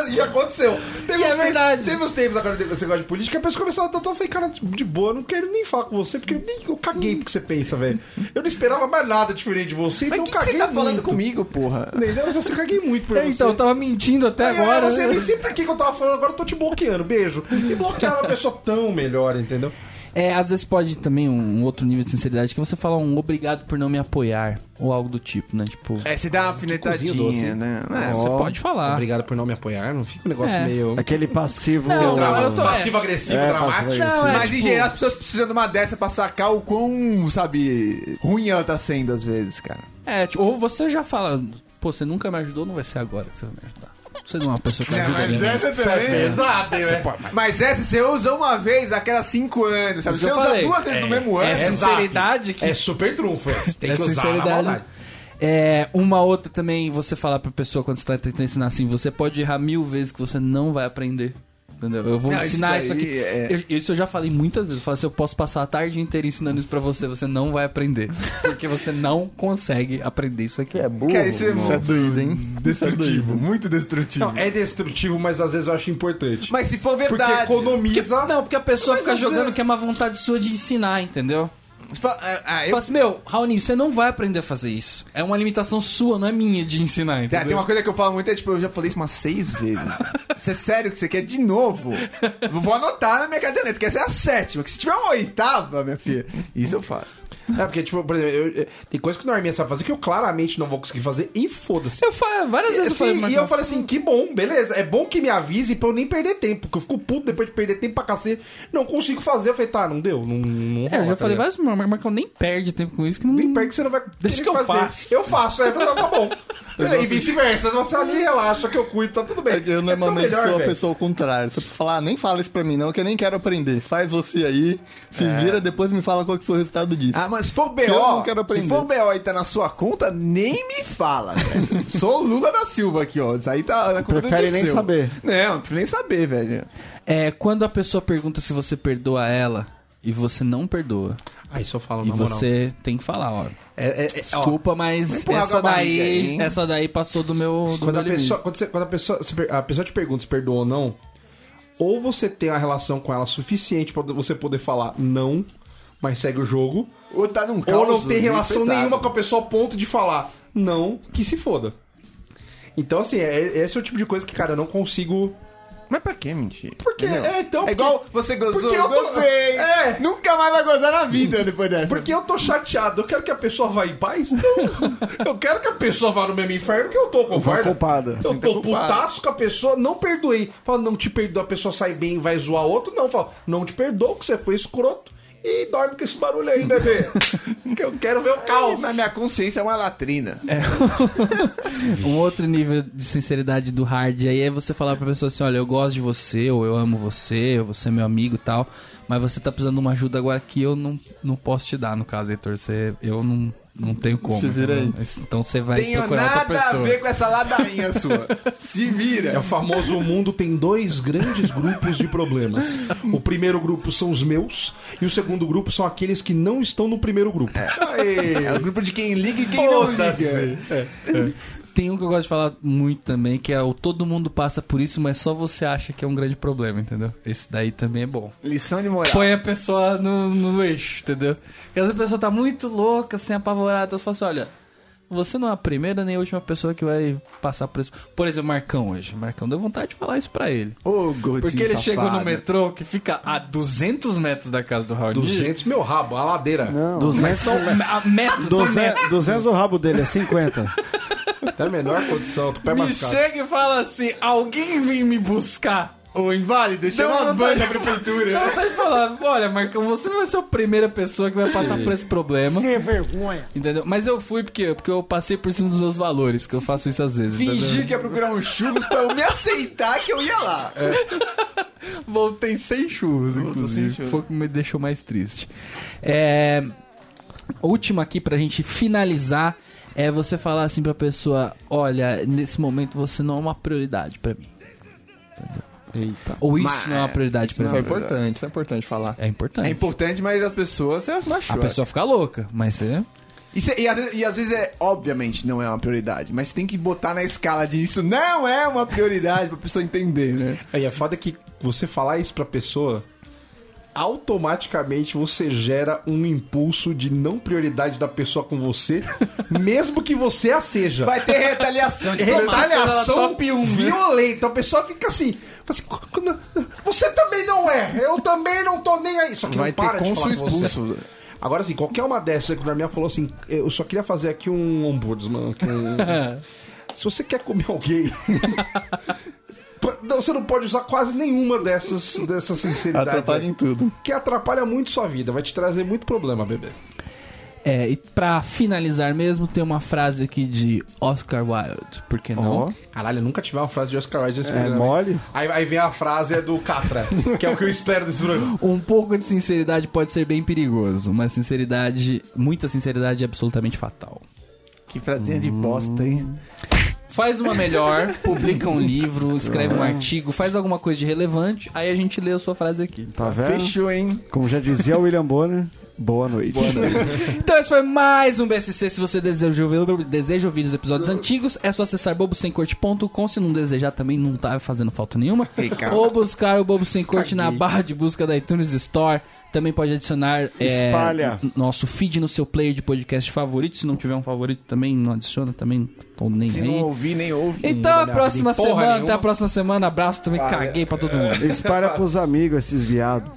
F: e, e aconteceu. Teve
A: E é
F: uns tempos-
A: verdade.
F: Teve uns tempos agora que você gosta de política, a pessoa começava a tratar, eu falei, cara, de boa, eu não quero nem falar com você, porque eu, nem, eu caguei pro que você pensa, velho. Eu não esperava mais nada diferente de você,
B: Mas
F: então
B: o
F: eu
B: que, que
F: caguei
B: você tá
F: muito.
B: falando comigo, tá porra?
F: Entendeu? Eu falei assim, Eu caguei muito por
A: É, então, eu
F: você. É,
A: tava mentindo até
F: Aí,
A: agora. né?
B: né? É.
F: Aí, você, eu nem sei por que que eu tava falando, agora eu tô te bloqueando, beijo. E bloquear uma pessoa tão melhor, entendeu?
A: É, às vezes pode também um, um outro nível de sinceridade que você fala um obrigado por não me apoiar ou algo do tipo, né? Tipo,
B: É, se dá uma alfinetadinha, né? É,
A: você pode falar.
F: Obrigado por não me apoiar, não fica um negócio
A: É.
F: meio.
E: Aquele passivo.
A: Não, não, eu tô- é.
F: Passivo-agressivo,
E: É,
F: dramático.
E: passivo-agressivo.
A: Não, é,
B: Mas em
A: tipo,
B: geral as pessoas precisam de uma dessa pra sacar o quão, sabe, ruim ela tá sendo às vezes, cara.
A: É, tipo, ou você já fala, pô, você nunca me ajudou, não vai ser agora que você vai me ajudar. Você não é uma pessoa que ajuda
B: mas
F: Né?
A: ninguém.
B: essa também. né?
F: Exato, é.
B: Mas essa você usa uma vez a cada cinco anos, sabe?
A: Isso
B: Você
A: eu
B: usa
A: falei.
B: duas vezes no mesmo ano.
A: É sinceridade que
F: É super trunfo esse. Tem
A: É
F: que usar na maldade.
A: É, uma outra também, você falar pra pessoa quando você tá tentando ensinar assim, você pode errar mil vezes que você não vai aprender. Entendeu? Eu vou
B: Não,
A: ensinar
B: isso
A: isso,
B: daí
A: aqui.
B: é-
A: Eu- isso eu já falei muitas vezes. Eu falo assim, eu posso passar a tarde inteira ensinando isso pra você, você não vai aprender. Porque você não consegue aprender isso aqui.
B: Cara, isso é
D: Isso é
B: muito
D: doido, hein? é
B: destrutivo, muito destrutivo.
F: Não, é destrutivo, mas às vezes eu acho importante.
B: né? Mas se for
F: Porque
B: verdade.
F: economiza.
A: Não, porque a pessoa
B: Mas
A: fica
B: você-
A: jogando que é uma vontade sua de ensinar, entendeu?
B: Fa- ah, ah, eu-
A: Fala assim, meu, Raoni, você não vai aprender a fazer isso. É uma limitação sua, não é minha de ensinar,
B: Tá, tem
A: entendeu?
B: uma coisa que eu falo muito, é tipo, eu já falei isso umas seis vezes. Isso é sério que você quer de novo? Vou anotar na minha caderneta, que essa é a sétima. Que se tiver uma oitava, minha filha, isso eu faço.
F: É, porque, tipo, por exemplo, eu- eu- tem coisa que o Norminha sabe fazer que eu claramente não vou conseguir fazer e foda-se.
A: Eu falo, várias vezes eu falei,
F: Sim,
A: mas
F: e eu falei assim, que bom, beleza. É bom que me avise pra eu nem perder tempo, porque eu fico puto depois de perder tempo pra cacete. Não consigo fazer. Eu falei, tá, não deu, não, não
A: É, eu
B: tá
A: já falei
F: vai.
A: várias mas Marcão nem perde tempo com isso, que não.
F: Nem perto que você não vai
A: Deixa
F: ter
A: que eu
F: fazer.
A: faço.
F: Eu faço, aí eu falo, tá bom. e vice-versa, você ali relaxa que eu cuido, tá tudo bem.
D: É que Eu
F: É tão
D: normalmente
F: melhor,
D: sou a
F: velho.
D: pessoa ao contrário. Você precisa falar, ah, nem fala isso pra mim não, que eu nem quero aprender. Faz você aí, se vira, depois me fala qual que foi o resultado disso.
B: Ah, mas se for
D: Eu não
B: BO,
D: quero aprender.
B: se for BO e tá na sua conta, nem me fala, velho. Sou o Lula da Silva aqui, ó. Isso aí tá na conta
E: Prefere
B: do
E: nem
B: seu.
E: saber.
B: Não, não prefiro nem saber, velho.
A: É, quando a pessoa pergunta se você perdoa ela e você não perdoa.
F: Aí só falo,
A: e
F: na moral.
A: você tem que falar, ó.
F: É, é, é, ó,
A: Desculpa, mas
B: empurrar com
A: essa
B: a barriga aí,
A: daí,
B: hein?
A: essa daí passou do meu. Do
F: Quando
A: meu
F: a,
A: limite.
F: pessoa, quando, você- quando a pessoa, se per- a pessoa te pergunta se perdoou ou não, ou você tem uma relação com ela suficiente pra você poder falar não, mas segue o jogo,
B: Ou tá num
F: ou
B: caos
F: não tem
B: meio
F: relação
B: pesado.
F: nenhuma com a pessoa ao ponto de falar não, que se foda. Então, assim, é- esse é o tipo de coisa que, cara, eu não consigo.
B: Mas pra que mentir?
F: Porque,
B: Entendeu?
F: é, então.
B: É
F: porque-
B: igual você gozou,
F: porque eu tô-
B: gozei.
F: É.
B: Nunca mais vai gozar na vida depois dessa.
F: Porque eu tô chateado, eu quero que a pessoa vá em paz? Não. Eu quero que a pessoa vá no mesmo inferno que eu tô, concorda?
E: culpada.
F: Eu tô putaço com a pessoa, não perdoei. Fala, não te perdoa, a pessoa sai bem e vai zoar outro. Não, fala, não te perdoa que você foi escroto e dorme com esse barulho aí, bebê. que eu quero ver o caos.
B: Na minha consciência é uma latrina.
A: Um outro nível de sinceridade do hard aí é você falar pra pessoa assim: olha, eu gosto de você, ou eu amo você, ou você é meu amigo e tal. Mas você tá precisando de uma ajuda agora que eu não, não posso te dar, no caso, Heitor. Você, eu não, não tenho como.
D: Se vira aí.
A: entendeu? Então você vai
B: Tenho
A: procurar outra
B: nada a
A: pessoa.
B: ver com essa ladainha sua. Se vira.
F: É o famoso o mundo tem dois grandes grupos de problemas. O primeiro grupo são os meus e o segundo grupo são aqueles que não estão no primeiro grupo.
B: É o grupo de quem liga e quem não liga.
A: Tem um que eu gosto de falar muito também, que é o todo mundo passa por isso, mas só você acha que é um grande problema, entendeu? Esse daí também é bom.
B: Lição de moral.
A: Põe a pessoa no, no eixo, entendeu? Porque às vezes a pessoa tá muito louca, assim, apavorada, então você fala assim, olha, você não é a primeira nem a última pessoa que vai passar por isso. Por exemplo, Marcão hoje. Marcão deu vontade de falar isso pra ele.
B: Ô, gordinho
A: Porque ele
B: safado.
A: chegou no metrô que fica a 200 metros da casa do Raul.
F: 200 meu rabo, a ladeira.
E: 200,
A: São a metros,
D: é
A: são metros.
E: 200, 200 o rabo dele é 50.
B: tá
F: Até a menor condição, tu pé
A: Me
F: mascado.
A: chega e fala assim, alguém vem me buscar.
B: Ô, inválido,
A: Deu
B: chama a
A: vontade-
B: banda da prefeitura.
A: Ela vai falar, olha, Marcão, você não vai ser a primeira pessoa que vai passar por esse problema.
M: Que vergonha.
A: Entendeu? Mas eu fui porque, porque eu passei por cima dos meus valores, que eu faço isso às vezes.
B: Fingir
A: entendeu?
B: que ia procurar um churros pra eu me aceitar que eu ia lá.
A: Voltei sem churros, inclusive. Foi o que me deixou mais triste. É. Última aqui pra gente finalizar é você falar assim pra pessoa: olha, nesse momento você não é uma prioridade pra mim.
D: Eita.
A: Ou isso
B: Mas-
A: não é uma prioridade pra
D: Isso é
A: mim.
D: importante, isso é importante falar.
A: É importante.
B: É importante, mas as pessoas se
A: A
B: abaixou.
A: pessoa fica louca, mas você. é.
B: E, cê- e às vezes, e às vezes é, obviamente, não é uma prioridade, mas tem que botar na escala de isso não é uma prioridade pra pessoa entender, né?
F: Aí a foda é que você falar isso pra pessoa, automaticamente você gera um impulso de não prioridade da pessoa com você, mesmo que você a seja.
B: Vai ter retaliação.
F: Retaliação violenta. A pessoa fica assim, assim, "Quando- Você também não é! Eu também não tô nem aí! Só que
B: Vai
F: não para
B: ter
F: de
B: cônsul
F: falar com você.
B: expulso.
F: Agora sim, qualquer uma dessas aí que o Darmian falou assim, eu só queria fazer aqui um ombudsman. aqui um- Se você quer comer alguém, p- não, você não pode usar quase nenhuma dessas, dessas sinceridades. né?
D: Atrapalha em tudo.
F: Que atrapalha muito sua vida, vai te trazer muito problema, bebê.
A: É, e pra finalizar mesmo, tem uma frase aqui de Oscar Wilde, por que não?
E: Ó,
F: Caralho, eu nunca tive uma frase de Oscar Wilde nesse
E: é
F: programa.
E: mole.
F: Aí, aí vem a frase é do Catra, que é o que eu espero desse programa.
A: Um pouco de sinceridade pode ser bem perigoso, mas sinceridade, muita sinceridade é absolutamente fatal.
B: Que frasinha de bosta, hein?
A: Faz uma melhor, publica um livro, escreve um artigo, faz alguma coisa de relevante, aí a gente lê a sua frase aqui.
E: Tá vendo?
B: Fechou, hein?
E: Como já dizia o William Bonner, boa noite.
A: Então esse foi mais um BSC. Se você deseja ouvir, deseja ouvir os episódios antigos, é só acessar bobosemcorte.com. Se não desejar também, não tá fazendo falta nenhuma. Ou buscar o Bobo Sem Corte na barra de busca da iTunes Store. Também pode adicionar é,
E: Espalha.
A: n- nosso feed no seu player de podcast favorito. Se não tiver um favorito também, não adiciona também. Tô nem
B: Se
A: aí.
B: não ouvir, nem ouve.
A: Então, a próxima
F: porra
A: semana,
F: nenhuma.
A: até a próxima semana. Abraço também, caguei pra todo mundo.
E: Espalha pros amigos esses viados.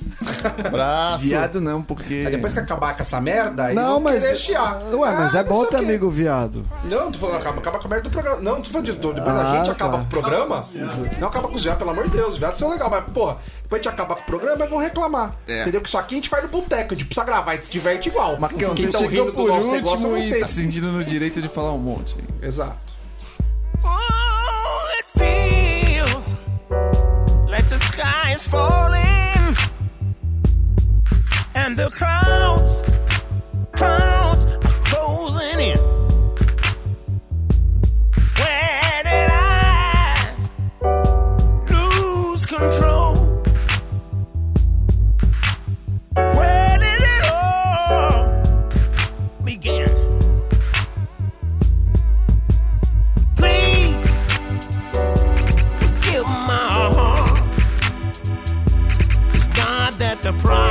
D: Abraço.
B: Viado não, porque...
F: Aí depois que acabar com essa merda, aí
E: Não,
F: eu vou
E: mas.
F: querer chiar.
E: Ué, mas
F: Ah,
E: é
F: não
E: bom
F: sei o
E: ter
F: quê.
E: amigo viado.
F: Não, tu falando, acaba, acaba com a merda do programa. Não, tu falando de tudo. Depois
E: Ah,
F: a gente
E: tá.
F: acaba com o programa. Não acaba com os viados, pelo amor de Deus. Os viados são legal, mas, porra, depois a gente acaba com o programa, vão reclamar. Entendeu? Que isso aqui a gente faz no boteco, a gente precisa gravar, a gente se diverte igual. tá Mas
B: Marcão, você chegou por último e tá sentindo no direito de falar um monte.
F: é Exato.
N: Oh, it feels like the sky is falling and the clouds, clouds are closing in. Where did I lose control? Where did it all begin? Please forgive my heart. It's God that the price. Mm-hmm. Oh,